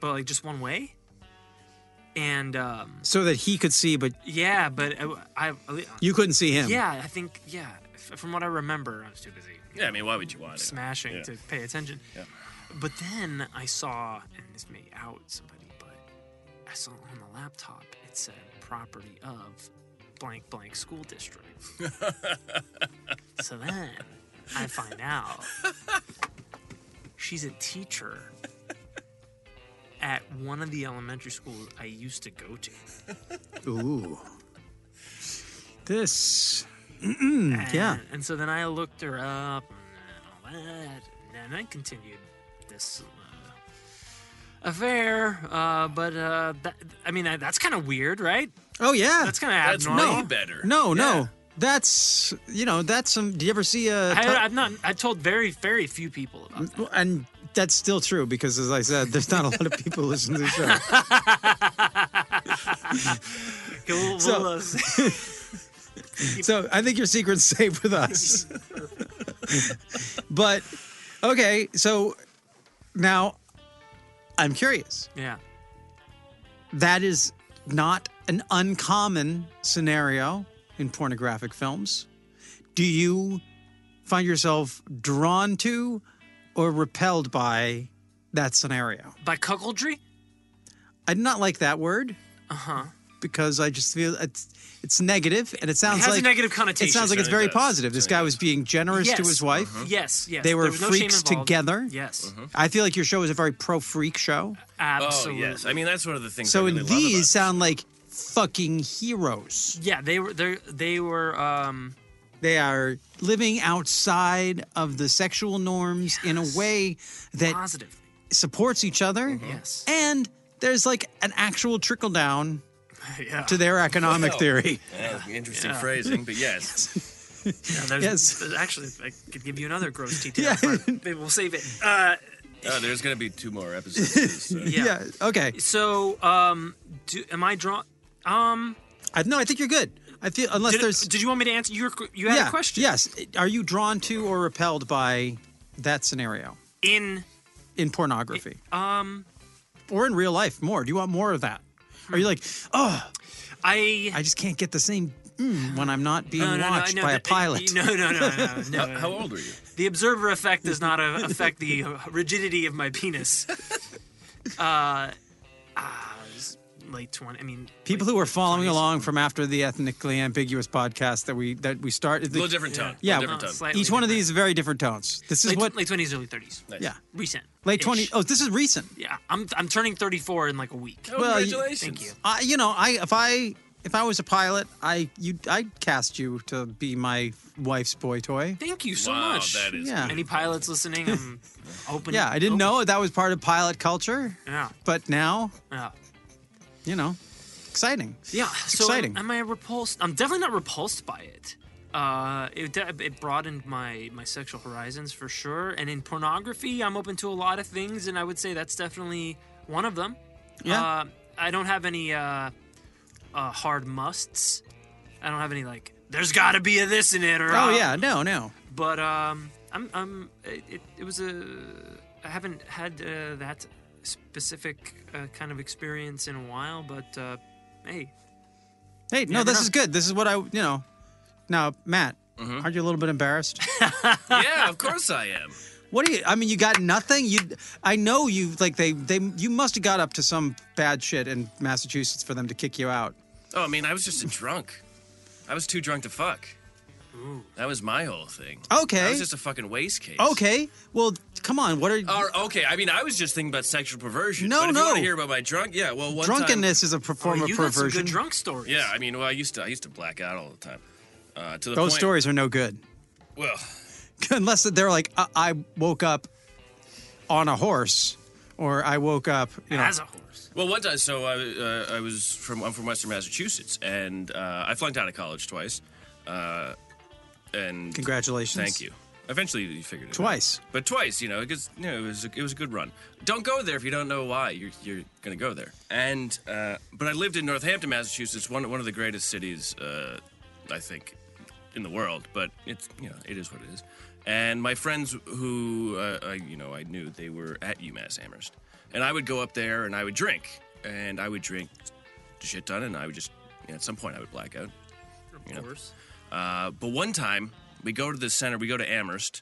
F: but like just one way. And um,
D: So that he could see, but
F: yeah, but uh, I, I
D: you couldn't see him.
F: yeah, I think yeah. f- From what I remember, I was too busy
E: Yeah, I mean, why would you want it?
F: smashing
E: Yeah.
F: to pay attention.
E: Yeah.
F: But then I saw, and this may out somebody, but I saw on the laptop it said property of blank blank school district. so then I find out she's a teacher at one of the elementary schools I used to go to.
D: Ooh. This.
F: And,
D: yeah.
F: And so then I looked her up and all that, and then I continued this uh, affair. Uh, but uh, that, I mean, uh, that's kind of weird, right?
D: Oh yeah.
F: That's kind of
E: That's
F: abnormal.
E: way better.
D: no,
E: Yeah.
D: no. That's you know that's some. Do you ever see uh, a?
F: I,
D: ti-
F: I've not. I told very, very few people about that.
D: Mm, Well, and that's still true because, as I said, there's not a lot of people listening to the show.
F: We'll- we'll,
D: So-
F: uh, see.
D: So I think your secret's safe with us. but okay, so now I'm curious.
F: yeah.
D: That is not an uncommon scenario in pornographic films. Do you find yourself drawn to or repelled by that scenario?
F: By cuckoldry?
D: I do not like that word.
F: Uh huh.
D: because I just feel it's it's negative and it sounds
F: It has
D: like
F: a negative
D: it
F: connotation.
D: sounds like it's
E: Sure it
D: very
E: does.
D: positive. This
E: Sure it
D: guy was being generous to
F: Yes.
D: his wife.
E: Uh-huh.
F: Yes, yes.
D: They were
F: There was no shame
D: freaks
F: involved.
D: together.
F: Yes,
D: I feel like your show is a very pro freak show.
E: Oh
F: absolutely.
E: yes, I mean that's one of the things.
D: So
E: I really
D: and
E: love about
D: these
E: it.
F: uh,
D: sound like fucking heroes.
F: Yeah, they were. They they were. Um,
D: They are living outside of the sexual norms in a way that
F: positive.
D: supports each other.
F: Yes.
D: And there's like an actual trickle down
F: yeah.
D: to their economic
E: Wow.
D: theory.
E: Yeah, interesting phrasing, but yes,
F: Yeah, there's,
D: Yes.
F: there's- Actually, I could give you another gross detail.
D: Yeah.
F: but Maybe we'll save it. Uh,
E: oh, there's gonna be two more episodes. of this, so-
F: yeah.
D: Okay.
F: So, um, do, am I drawn? Um,
D: I, no, I think you're good. I feel unless
F: did,
D: there's
F: did you want me to answer? You were, you had
D: yeah,
F: a question.
D: Yes. Are you drawn to or repelled by that scenario
F: In
D: in pornography
F: um,
D: or in real life more? Do you want more of that? Are
F: Hmm.
D: you like, oh,
F: I.
D: I just can't get the same mm, when I'm not being
F: no, no,
D: watched
F: no, no,
D: by a
F: the-
D: pilot?
F: uh, No, no, no, no, no.
E: How, how old are you?
F: The observer effect does not uh, affect the uh, rigidity of my penis. Uh, ah, it was late twenty. I mean,
D: People
F: late-
D: who are following
F: 20s.
D: along from after the ethnically ambiguous podcast that we that we started,
E: A little different tone. Oh,
D: Yeah,
E: little different
F: no,
E: tone.
F: slight-
D: each one of
F: different.
D: these is very different tones. This is
F: late,
D: what
F: late twenties, early thirties.
E: Nice.
D: yeah,
F: Recent.
D: late
F: Ish.
D: twenty. Oh, this is recent.
F: Yeah, I'm I'm turning 34 in like a week.
E: Oh,
D: Well, you-
E: congratulations!
F: Thank you.
D: I, you know, I if I if I was a pilot, I you I'd cast you to be my wife's boy toy.
F: Thank you so
E: wow,
F: much.
E: that is
D: Yeah.
E: good.
F: Any pilots listening? I'm open.
D: Yeah, I didn't
F: open-
D: know that was part of pilot culture,
F: Yeah,
D: but now
F: yeah,
D: you know, exciting.
F: yeah. So
D: Exciting.
F: Am, am I repulsed? I'm definitely not repulsed by it. Uh, it de- it broadened my my sexual horizons for sure. And in pornography, I'm open to a lot of things, and I would say that's definitely one of them.
D: Yeah.
F: Uh, I don't have any uh, uh, hard musts. I don't have any like. There's got to be a this in it, or
D: oh
F: I'll-
D: yeah, no, no.
F: but um, I'm I'm it, it- it was a I haven't had uh, that specific uh, kind of experience in a while, but uh, hey,
D: Hey, no,
F: never
D: this
F: know.
D: is good. This is what I, you know. Now, Matt,
F: Mm-hmm.
D: aren't you a little bit embarrassed?
E: yeah, of course I am.
D: What do you? I mean, you got nothing. You, I know you. Like they, they, you must have got up to some bad shit in Massachusetts for them to kick you out.
E: Oh, I mean, I was just a drunk. I was too drunk to fuck. That was my whole thing. I
D: Okay.
E: was just a fucking waste case.
D: Okay. Well, come on. What are
E: Or, okay, I mean, I was just thinking about sexual perversion.
D: No,
E: but if
D: no.
E: You want to hear about my drunk? Yeah, well, one time-
D: drunkenness is a per- form
F: oh,
D: of
F: you got some
D: perversion.
F: good drunk stories.
E: yeah, I mean, well, I used to, I used to black out all the time. Uh, to the
D: Those
E: point,
D: stories are no good
E: Well,
D: unless they're like I, I woke up on a horse or I woke up. You know.
F: as a horse.
E: well, one time, so I, uh, I was from, I'm from Western Massachusetts, and uh, I flunked out of college twice. Uh, and
D: Congratulations.
E: Thank you. Eventually, you figured it
D: Twice.
E: out. but twice, you know, because you know, it was a, it was a good run. Don't go there if you don't know why you're you're gonna go there. And uh, but I lived in Northampton, Massachusetts, one one of the greatest cities, uh, I think, in the world. But it's you know, it is what it is. And my friends who uh, I you know I knew they were at UMass Amherst, and I would go up there and I would drink, and I would drink shit ton, and I would just you know, at some point I would black out.
F: Of course.
E: Uh, but one time, we go to the center, we go to Amherst,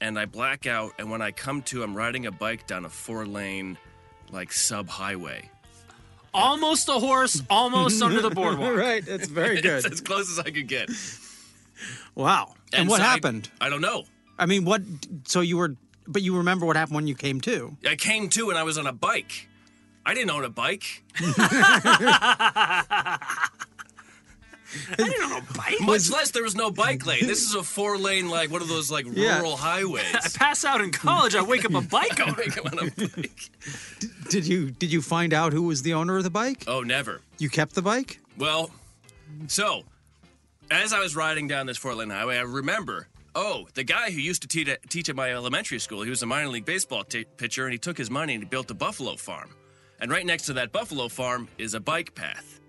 E: and I black out. And when I come to, I'm riding a bike down a four lane, like sub highway.
F: Almost a horse, almost under the
D: All
F: boardwalk.
D: right. That's very good.
E: It's as close as I could get. And,
D: wow. And, what
E: so I-
D: happened?
E: I, don't know.
D: I mean, what? So you were, but you remember what happened when you came to?
E: I came to, and I was on a bike. I didn't own a bike.
F: I didn't know a bike.
E: Much less there was no bike lane. This is a four lane, like one of those like
D: Yeah.
E: rural
F: I
E: highways.
F: pass out in college. I wake up a bike owner.
E: I come on a bike.
D: Did you did you find out who was the owner of the bike?
E: Oh, never.
D: You kept the bike?
E: Well, so as I was riding down this Fort Lane Highway, I remember. Oh, the guy who used to teach at, teach at my elementary school, he was a minor league baseball t- pitcher, and he took his money and he built a buffalo farm. And right next to that buffalo farm is a bike path.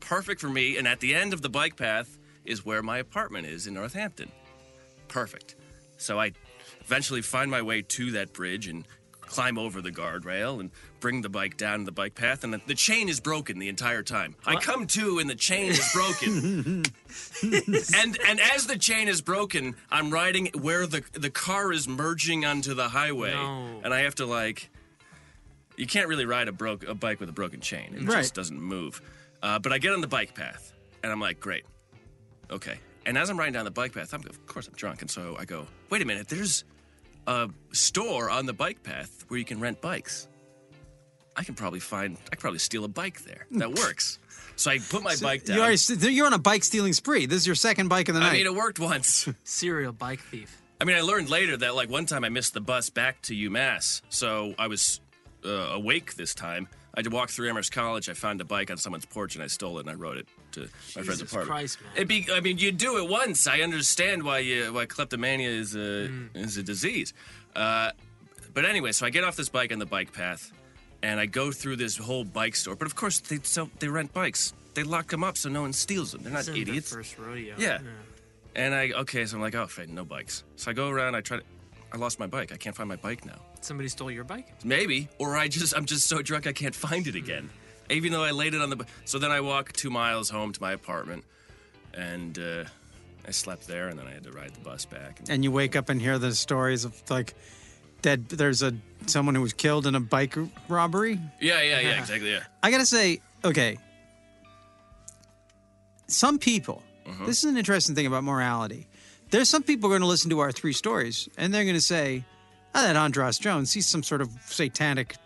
E: Perfect for me. And at the end of the bike path is where my apartment is in Northampton. Perfect. So I eventually find my way to that bridge and climb over the guardrail and bring the bike down the bike path. And the, the chain is broken the entire time. I come to, and the chain is broken and and as the chain is broken, I'm riding where the the car is merging onto the highway,
F: No.
E: and I have to like. You can't really ride a broke a bike with a broken chain; it
D: Right.
E: just doesn't move. Uh, but I get on the bike path, and I'm like, "Great, okay." And as I'm riding down the bike path, I'm of course I'm drunk, and so I go, "Wait a minute, there's a store on the bike path where you can rent bikes. I can probably find, I can probably steal a bike there. That works." So I put my bike down.
D: You already, you're on a bike stealing spree. This is your second bike of the night.
E: I mean, it worked once.
F: Serial bike thief.
E: I mean, I learned later that like one time I missed the bus back to UMass, so I was uh, awake this time. I had to walk through Amherst College. I found a bike on someone's porch and I stole it and I rode it to my friend's
F: Jesus
E: apartment.
F: Christ, man.
E: It be, I mean, you do it once. I understand why you, why kleptomania is a
F: Hmm.
E: is a disease. Uh, but anyway, so I get off this bike on the bike path, and I go through this whole bike store. But of course, they sell, they rent bikes. They lock them up so no one steals them. They're not
F: This isn't the
E: idiots.
F: First rodeo.
E: Yeah. And I okay, so I'm like, oh, fine, no bikes. So I go around. I try to. I lost my bike. I can't find my bike now.
F: Somebody stole your bike.
E: Maybe, or I just I'm just so drunk I can't find it again. Even though I laid it on the. b- So then I walk two miles home to my apartment, and uh, I slept there. And then I had to ride the bus back. And,
D: and you wake up and hear the stories of like dead. There's a someone who was killed in a bike robbery.
E: yeah, yeah, yeah, exactly. Yeah.
D: I gotta say, okay. Some people.
E: Uh-huh.
D: This is an interesting thing about morality. There's some people going to listen to our three stories, "Ah,
E: Mm-hmm.
D: and they're going to say, "Oh, that Andros Jones, he's some sort of satanic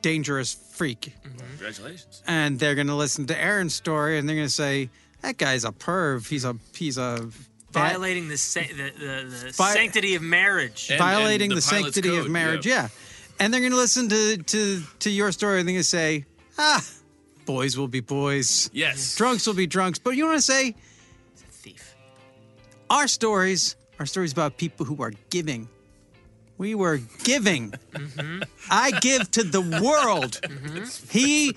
D: dangerous freak.
E: Hmm. Congratulations.
D: And they're going to listen to Aaron's story and they're going to say, that guy's a perv. He's a, he's a, that-
F: Violating the sa- the, the, the
D: Vi-
F: sanctity of marriage.
E: And-
D: violating
E: and
D: the,
E: the pilot's
D: sanctity of
E: code,
D: marriage. Yeah.
E: yeah.
D: And they're going to listen to, to, to your story and they're going to say, ah, boys will be boys.
E: Yes.
D: Drunks will be drunks. But you want to say,
F: Thief.
D: our stories are stories about people who are giving. We were giving. I give to the world. He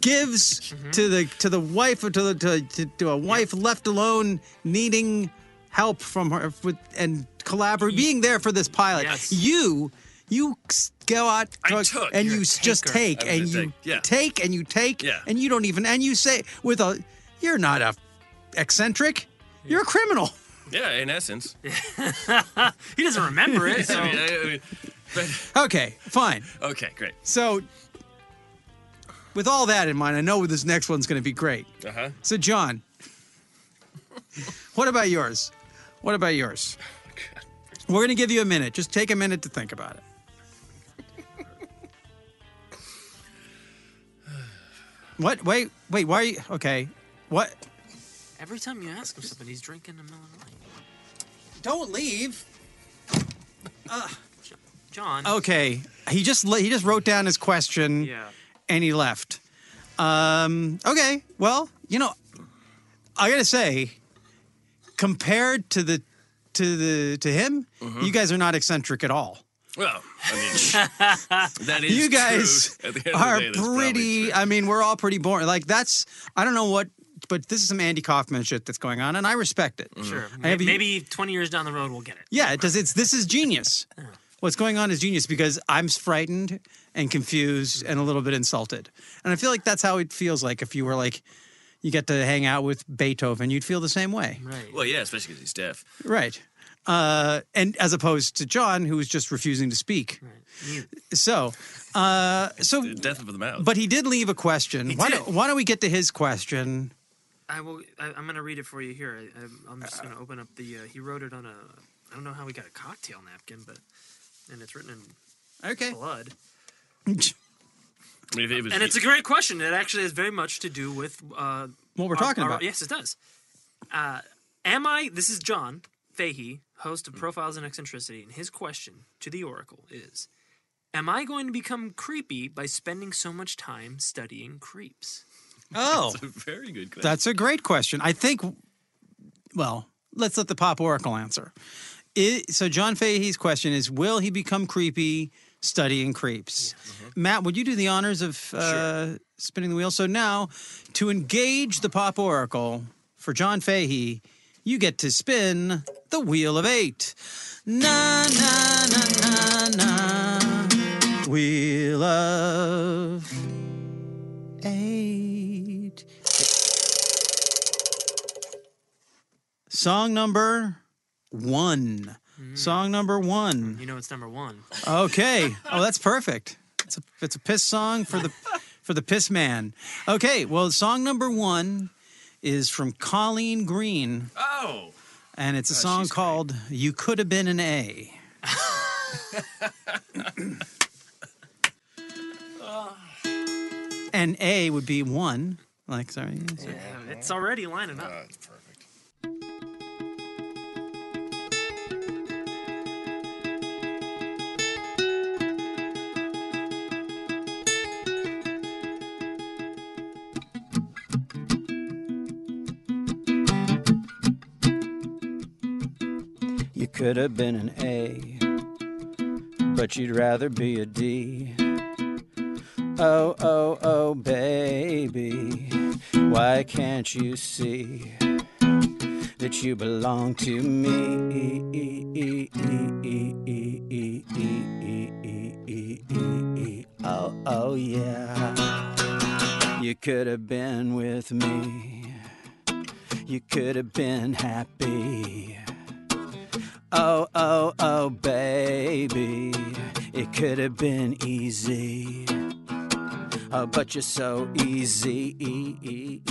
D: gives to the to the wife to the to, to, to a wife left alone needing help from her with, and collaborate being there for this pilot.
F: Yes.
D: You you s- go out
E: I
D: drunk,
E: took.
D: and
E: You're
D: you
E: a
D: s- just
F: taker.
D: take
E: I was
D: and
E: a
D: you
E: take. Yeah.
D: take and you take
E: Yeah.
D: and you don't even and you say with a you're not a eccentric. You're a criminal.
E: Yeah, in essence.
F: He doesn't remember it.
E: I
F: So
E: mean, I- I mean, but-
D: Okay, fine.
E: okay, great.
D: So, with all that in mind, I know this next one's going to be great.
E: Uh huh.
D: So, John, what about yours? What about yours? We're going to give you a minute. Just take a minute to think about it. What? Wait, wait. Why are you? Okay. What?
F: every time you ask him something, he's drinking a Miller Lite.
D: Don't leave.
F: Jo- John.
D: Okay. He just li- he just wrote down his question.
F: Yeah.
D: and he left. Um, okay, well, you know, I gotta say, compared to the to the to him,
E: Mm-hmm.
D: you guys are not eccentric at all.
E: Well, I mean, that is
D: you guys
E: true. At the end of the
D: are
E: day, that's probably
D: pretty.
E: true.
D: I mean, we're all pretty boring. Like that's I don't know what, but this is some Andy Kaufman shit that's going on, and I respect it.
E: Mm-hmm.
F: Sure.
D: I have a-
F: Maybe 20 years down the road, we'll get it.
D: Yeah, it does. It's this is genius. What's going on is genius because I'm frightened and confused and a little bit insulted, and I feel like that's how it feels like if you were like, you get to hang out with Beethoven, you'd feel the same way,
F: Right.
E: Well, yeah, especially because he's deaf.
D: right? Uh, and as opposed to John, who was just refusing to speak.
F: Mute.
D: So, uh, so,
E: Deaf of the mouth.
D: but he did leave a question. why,
E: did.
D: Don't, why don't we get to his question?
F: I will. I, I'm gonna read it for you here. I, I, I'm just gonna open up the. Uh, he wrote it on a. I don't know how he got a cocktail napkin, but and it's written in
D: Okay.
F: blood.
E: I mean, if it was
F: And it's a great question. It actually has very much to do with uh,
D: What we're
F: our-
D: talking
F: our-
D: about.
F: Yes, it does. Uh, am I? This is John Fahey, host of Profiles in Eccentricity, and his question to the Oracle is: Am I going to become creepy by spending so much time studying creeps?
D: Oh.
E: a very good question.
D: That's a great question. I think, well, let's let the Pop Oracle answer. I so, John Fahey's question is Will he become creepy studying creeps? Matt, would you do the honors of uh, spinning the wheel? So, now to engage the Pop Oracle for John Fahey, you get to spin the Wheel of Eight. Na, na, na, na, na. Wheel of Eight. Song number one.
E: Mm.
D: Song number one.
F: You know, it's number one.
D: Okay. Oh, that's perfect. It's a it's a piss song for the for the piss man. Okay. Well, song number one is from Colleen Green,
E: oh,
D: and it's a song
E: she's great.
D: called "You Could Have Been an A." and A would be one. Like sorry. sorry.
F: Yeah, it's already lining up.
E: that's perfect.
B: You could have been an A, but you'd rather be a D. Oh, oh, oh, baby, why can't you see that you belong to me? Oh, oh, yeah. You could have been with me. You could have been happy. Oh, oh, oh, baby, it could have been easy. Oh, but you're so easy.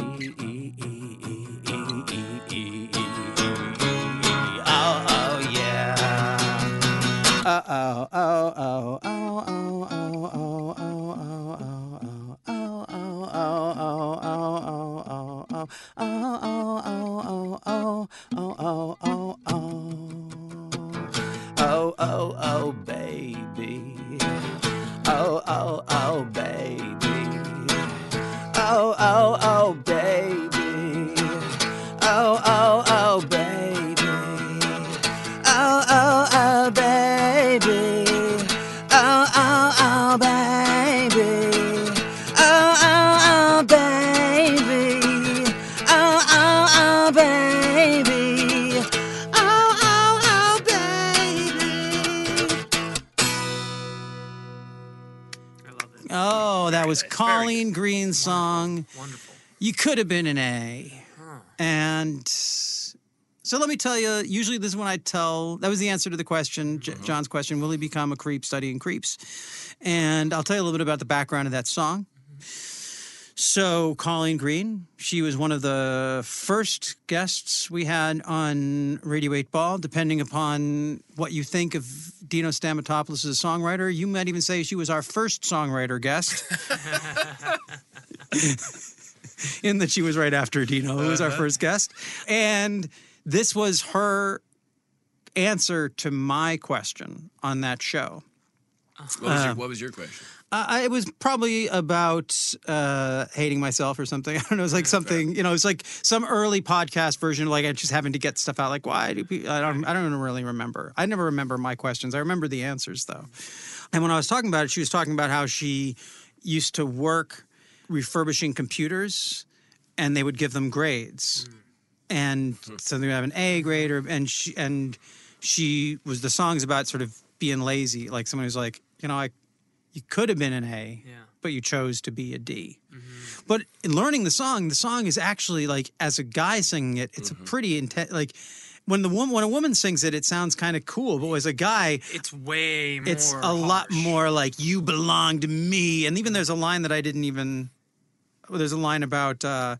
B: Oh, oh, yeah. Oh, oh, oh, oh, oh, oh, oh, oh, oh, Oh, oh, oh, baby. Oh, oh, oh, baby. Oh, oh, oh, baby. Oh, oh, oh, baby. Oh, oh, oh, baby. Oh, oh, oh, baby. Oh, oh, oh, baby. Oh, oh, oh, baby.
F: I love it.
D: Oh, that was
E: nice, very
D: Colleen Green's song.
F: Wonderful.
D: You could have been an A.
F: Huh.
D: And so let me tell you, usually this is when I tell, that was the answer to the question, J- John's question, will he become a creep studying creeps? And I'll tell you a little bit about the background of that song. So, Colleen Green, she was one of the first guests we had on Radio 8 Ball. Depending upon what you think of Dino Stamatopoulos as a songwriter, you might even say she was our first songwriter guest. in that she was right after Dino, who was our first guest. And this was her answer to my question on that show.
E: What was, your, what was your question?
D: Uh, I- it was probably about uh, hating myself or something. I don't know. It was like something, you know, it's like some early podcast version, like I just having to get stuff out. Like, why do people, I don't, I don't really remember. I never remember my questions. I remember the answers though. And when I was talking about it, she was talking about how she used to work refurbishing computers and they would give them grades. And so they would have an A grade or, and she, and she was the songs about sort of being lazy. Like someone who's like, you know, I, you could have been an A,
F: Yeah.
D: but you chose to be a D. But in learning the song, the song is actually like as a guy singing it, it's a pretty intense. Like when the woman when a woman sings it, it sounds kind of cool. But as a guy,
F: It's way more.
D: it's a lot
F: harsh.
D: more like you belong to me. And even there's a line that I didn't even. well, There's a line about uh,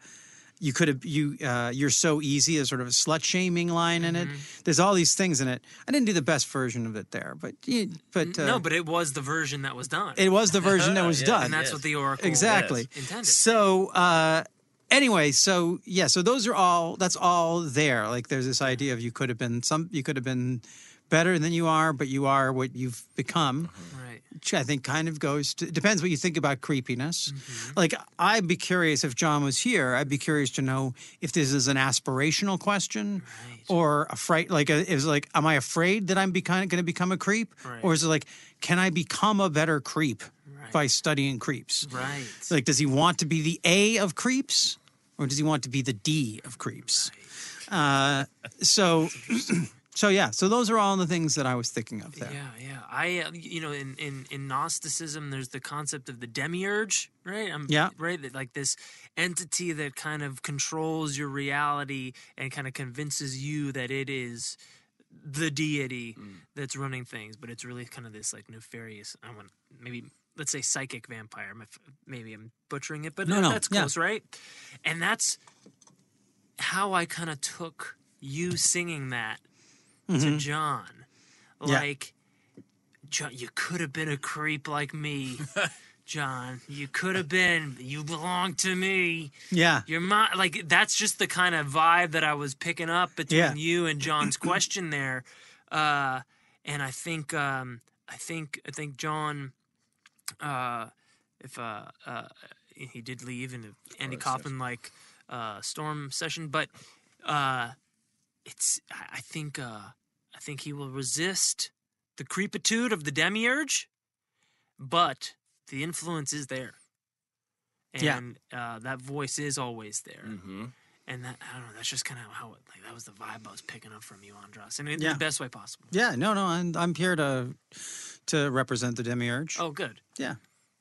D: you could have you uh, you're so easy. There's sort of a slut shaming line in it.
F: Mm-hmm.
D: There's all these things in it. I didn't do the best version of it there, but you, but uh,
F: No, but it was the version that was done.
D: it was the version that was
E: Yeah,
D: done.
F: and that's
E: Yes.
F: what the Oracle
D: Exactly.
F: intended.
D: So uh, anyway, so yeah, so those are all. That's all there. Like there's this idea of you could have been some. You could have been better than you are, but you are what you've become.
F: Right.
D: Which I think kind of goes to depends what you think about creepiness.
F: Mm-hmm.
D: Like I'd be curious if John was here. I'd be curious to know if this is an aspirational question or a fright. Like a, is like, am I afraid that I'm becoming going to become a creep, or is it like, can I become a better creep by studying creeps?
F: Right.
D: Like, does he want to be the A of creeps or does he want to be the D of creeps? Uh, so, so yeah, so those are all the things that I was thinking of there.
F: Yeah, yeah. I, uh, you know, in, in in Gnosticism, there's the concept of the demiurge, right? i
D: Yeah.
F: Right, that like this entity that kind of controls your reality and kind of convinces you that it is the deity
D: Mm.
F: that's running things, but it's really kind of this like nefarious. I want maybe let's say psychic vampire. I'm- Maybe I'm butchering it, but
D: No, no,
F: that's
D: yeah.
F: close, right? And that's how I kind of took you singing that to John.
D: Mm-hmm. Yeah.
F: Like, John, you could have been a creep like me, John. You could have been. You belong to me.
D: Yeah.
F: You're my like. That's just the kind of vibe that I was picking up between
D: Yeah.
F: you and John's question there, uh, and I think um, I think I think John, uh, if uh, uh, he did leave and if Andy Kaufman like uh, storm session, but uh, it's I I think uh, I think he will resist the creepitude of the demiurge, but the influence is there.
D: Yeah.
F: And uh, that voice is always there.
E: Mm-hmm.
F: And that, I don't know, that's just kind of how, it, like, that was the vibe I was picking up from you, Andras, and in
D: Yeah.
F: the best way possible.
D: Yeah. No, no, I'm, I'm here to, to represent the demiurge.
F: Oh, good.
D: Yeah.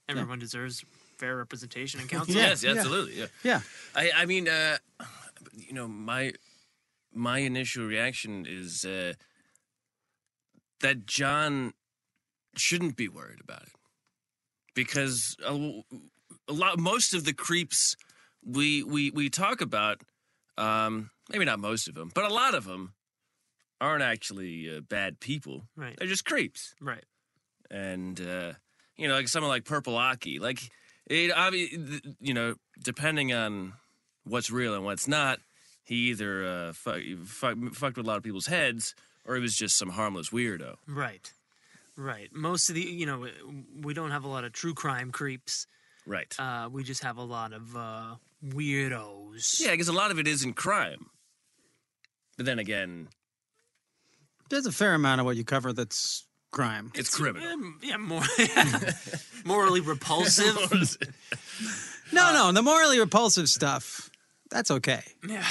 F: Everyone deserves fair representation and counsel.
D: Yeah,
E: yes,
D: yeah.
E: absolutely. Yeah.
D: Yeah.
E: I, I mean, uh, you know, my my initial reaction is uh, that John shouldn't be worried about it because a, a lot, most of the creeps we we we talk about, um, maybe not most of them, but a lot of them aren't actually uh, bad people.
F: Right.
E: They're just creeps
F: Right.
E: and uh, you know, like someone like Purple Aki, like it, obvi- th- you know, depending on what's real and what's not, he either uh, fuck, fuck, fucked with a lot of people's heads or he was just some harmless weirdo.
F: Right. Right. Most of the, you know, we don't have a lot of true crime creeps.
E: Right.
F: Uh, we just have a lot of uh, weirdos.
E: yeah, because a lot of it isn't crime. But then again,
D: There's a fair amount of what you cover that's crime.
E: it's, criminal.
F: Yeah, m- yeah, more morally repulsive.
D: No, no, the morally repulsive stuff, that's okay.
F: yeah.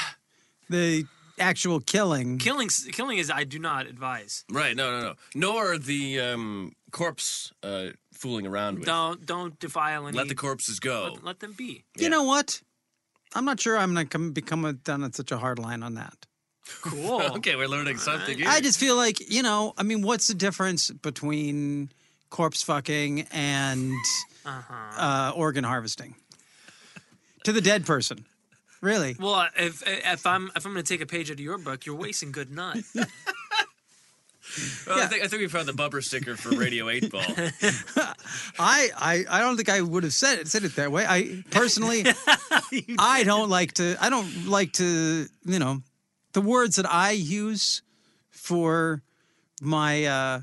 D: The actual killing.
F: Killing, s- killing is I do not advise.
E: Right? No, no, no. Nor the um, corpse uh, fooling around with.
F: Don't don't defile any.
E: Let the corpses go.
F: let, let them be.
D: you know what? I'm not sure I'm going to become a, down on such a hard line on that.
F: Cool.
E: okay, we're learning something. Here.
D: I just feel like, you know, I mean, what's the difference between corpse fucking and
F: Uh-huh.
D: uh, organ harvesting to the dead person? Really?
F: Well, if if I'm if I'm going to take a page out of your book, you're wasting good nut.
E: Well, I, think, I think we found the bumper sticker for Radio Eight Ball.
D: I, I, I don't think I would have said it said it that way. I personally, I don't like to. I don't like to. You know, the words that I use for my uh,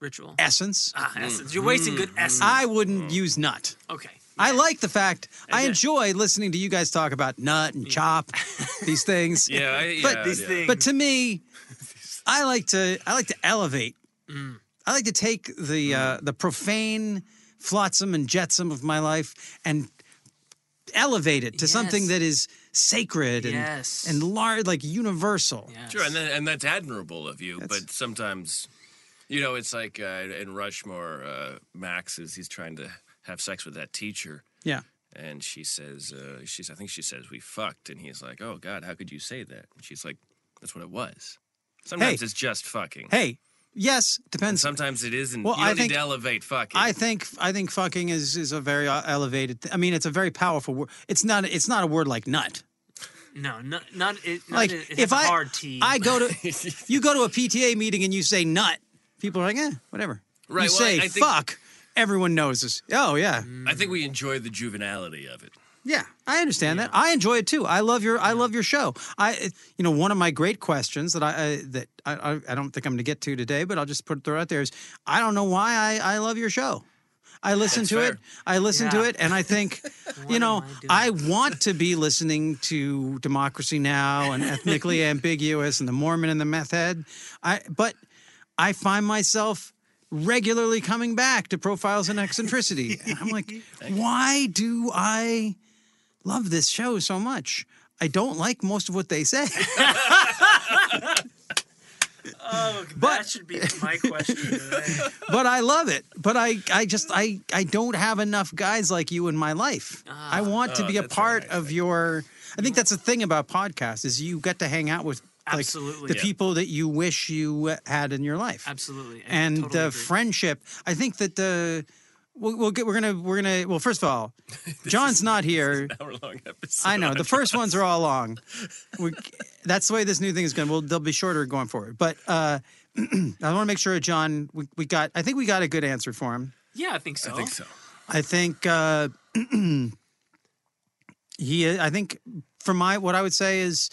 F: Ritual.
D: essence,
F: Ah, essence. You're wasting good essence.
D: Mm. I wouldn't use nut.
F: okay.
D: I like the fact I
F: yeah.
D: enjoy listening to you guys talk about nut and chop, these things.
E: Yeah, I,
D: But-
E: yeah,
D: These
E: yeah.
F: things.
D: But to me, I like to I like to elevate.
F: Mm.
D: I like to take the uh, the profane flotsam and jetsam of my life and elevate it to something
F: Yes.
D: that is sacred and
F: Yes.
D: and large, like universal.
F: Yes.
E: Sure, and, then, and that's admirable of you,
D: That's-
E: but sometimes, you know, it's like uh, in Rushmore, uh, Max is he's trying to have sex with that teacher,
D: Yeah.
E: and she says, uh, she's I think she says we fucked, and he's like, oh God, how could you say that? And she's like, that's what it was. Sometimes
D: Hey.
E: it's just fucking.
D: Hey, yes,
E: And
D: depends.
E: sometimes it isn't.
D: Well,
E: you don't
D: I
E: need
D: think-
E: to elevate fucking.
D: I think I think fucking is is a very uh, elevated. Th- I mean, it's a very powerful word. It's not it's not a word like nut.
F: No, not not it, not
D: Like
F: it, it has
D: if
F: a
D: I
F: hard T.
D: I go to you go to a PTA meeting and you say nut, people are like, eh, whatever.
E: Right,
D: You
E: well,
D: say
E: I- I think- Mm-hmm.
D: fuck, everyone knows this. Oh yeah,
E: I think we enjoy the juvenility of it.
D: yeah. I understand that. I enjoy it too. I love your I love your show. I it- you know one of my great questions that I, I that I I- I don't think I'm going to get to today, but I'll just put throw it out there is I don't know why I I love your show. I listen
E: That's
D: to it.
E: fair.
D: I listen to
F: Yeah.
D: it, and I think, you know,
F: am I
D: I want to be listening to Democracy Now and ethnically ambiguous and the Mormon and the meth head. I but I find myself regularly coming back to profiles and eccentricity. And I'm like, why do I love this show so much? I don't like most of what they say.
F: oh,
D: but-
F: that should be my question. today.
D: but I love it. But I, I just, I, I don't have enough guys like you in my life. I
F: Ah.
D: want to be a
E: that's
D: part
E: very nice.
D: of your. I think that's the thing about podcasts is you get to hang out with like
F: Absolutely.
D: the
F: Yeah.
D: people that you wish you had in your life.
F: Absolutely. I
D: and
F: totally
D: the
F: agree.
D: friendship. I think that the we'll, we'll get, we're gonna we're gonna well first of all, John's not here.
E: Hour long episode.
D: I know the first ones are all long. We, that's the way this new thing is going. Well, they'll be shorter going forward. But uh, I want to make sure, John. We, we got. I think we got a good answer for him.
F: Yeah, I think so.
E: I think so.
D: I think uh, he. I think for my what I would say is,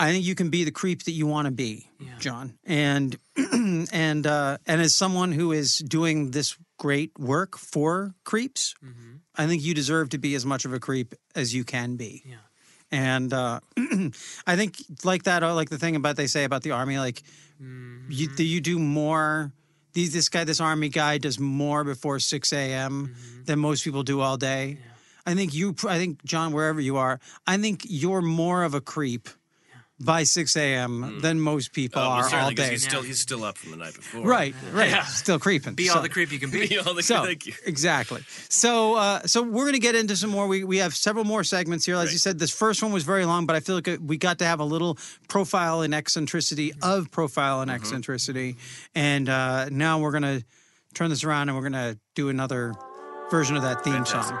D: I think you can be the creep that you want to be,
F: Yeah.
D: John. And and uh, and as someone who is doing this great work for creeps, I think you deserve to be as much of a creep as you can be.
F: Yeah.
D: And uh, I think like that, uh, like the thing about they say about the army, like you do you do more these this guy this army guy does more before 6 a.m than most people do all day i think you pr- i think john wherever you are i think you're more of a creep by 6 a.m than most people
E: Oh, well,
D: are all
E: certainly, 'cause
D: day
E: He's still he's still up from the night before.
D: right right
F: Yeah.
D: still creeping
F: Be
D: So-
F: all the creep you can be.
E: All the-
D: so
E: thank you.
D: exactly. So uh, so we're gonna get into some more. We we have several more segments here. As you
E: Right.
D: said, this first one was very long, but I feel like it- we got to have a little profile and eccentricity of profile and eccentricity. And uh, now we're gonna turn this around and we're gonna do another version of that theme song.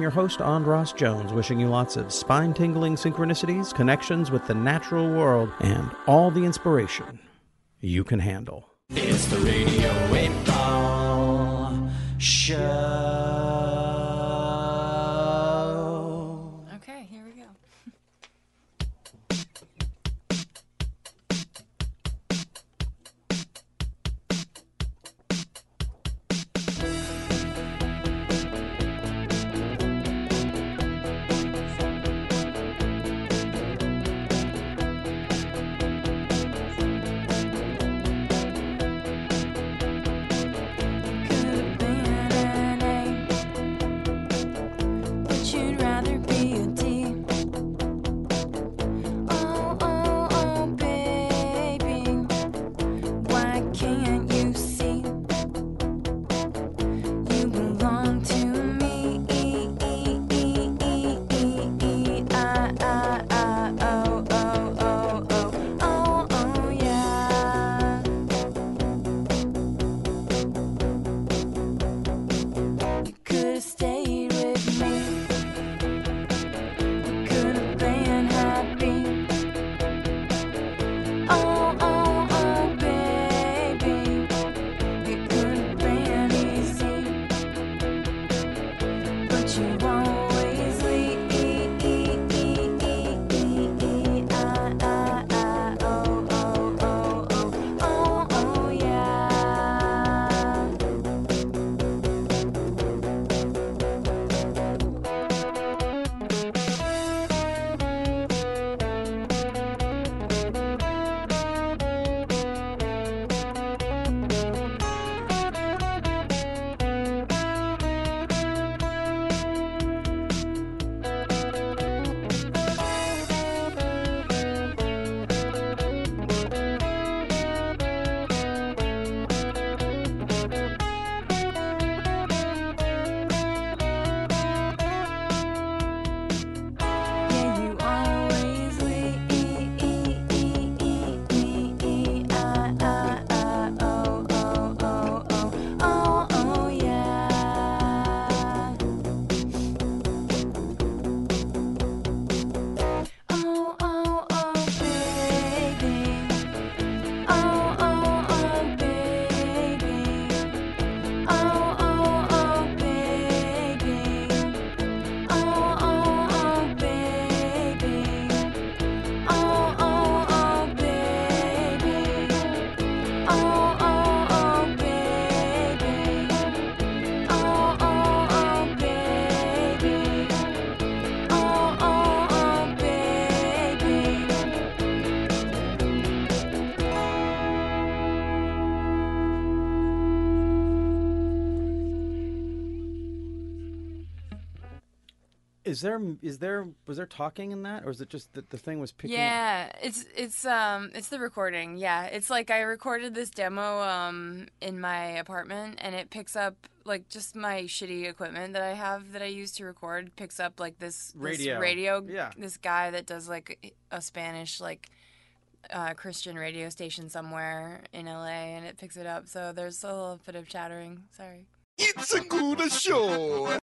G: your your host, Andros Jones, wishing you lots of spine tingling synchronicities, connections with the natural world, and all the inspiration you can handle.
B: It's the Radio 8 Ball Show.
H: Okay, here we go. Oh, Oh, e, oh, Oh, Oh,
G: Is there is there was there talking in that, or is it just that the thing was picking?
H: Yeah, it's it's um it's the recording. Yeah, it's like I recorded this demo um in my apartment, and it picks up like just my shitty equipment that I have that I use to record picks up like this
G: Radio.
H: this radio
G: Yeah.
H: this guy that does like a Spanish like uh, Christian radio station somewhere in LA, and it picks it up. So there's a little bit of chattering. Sorry.
I: It's a good show.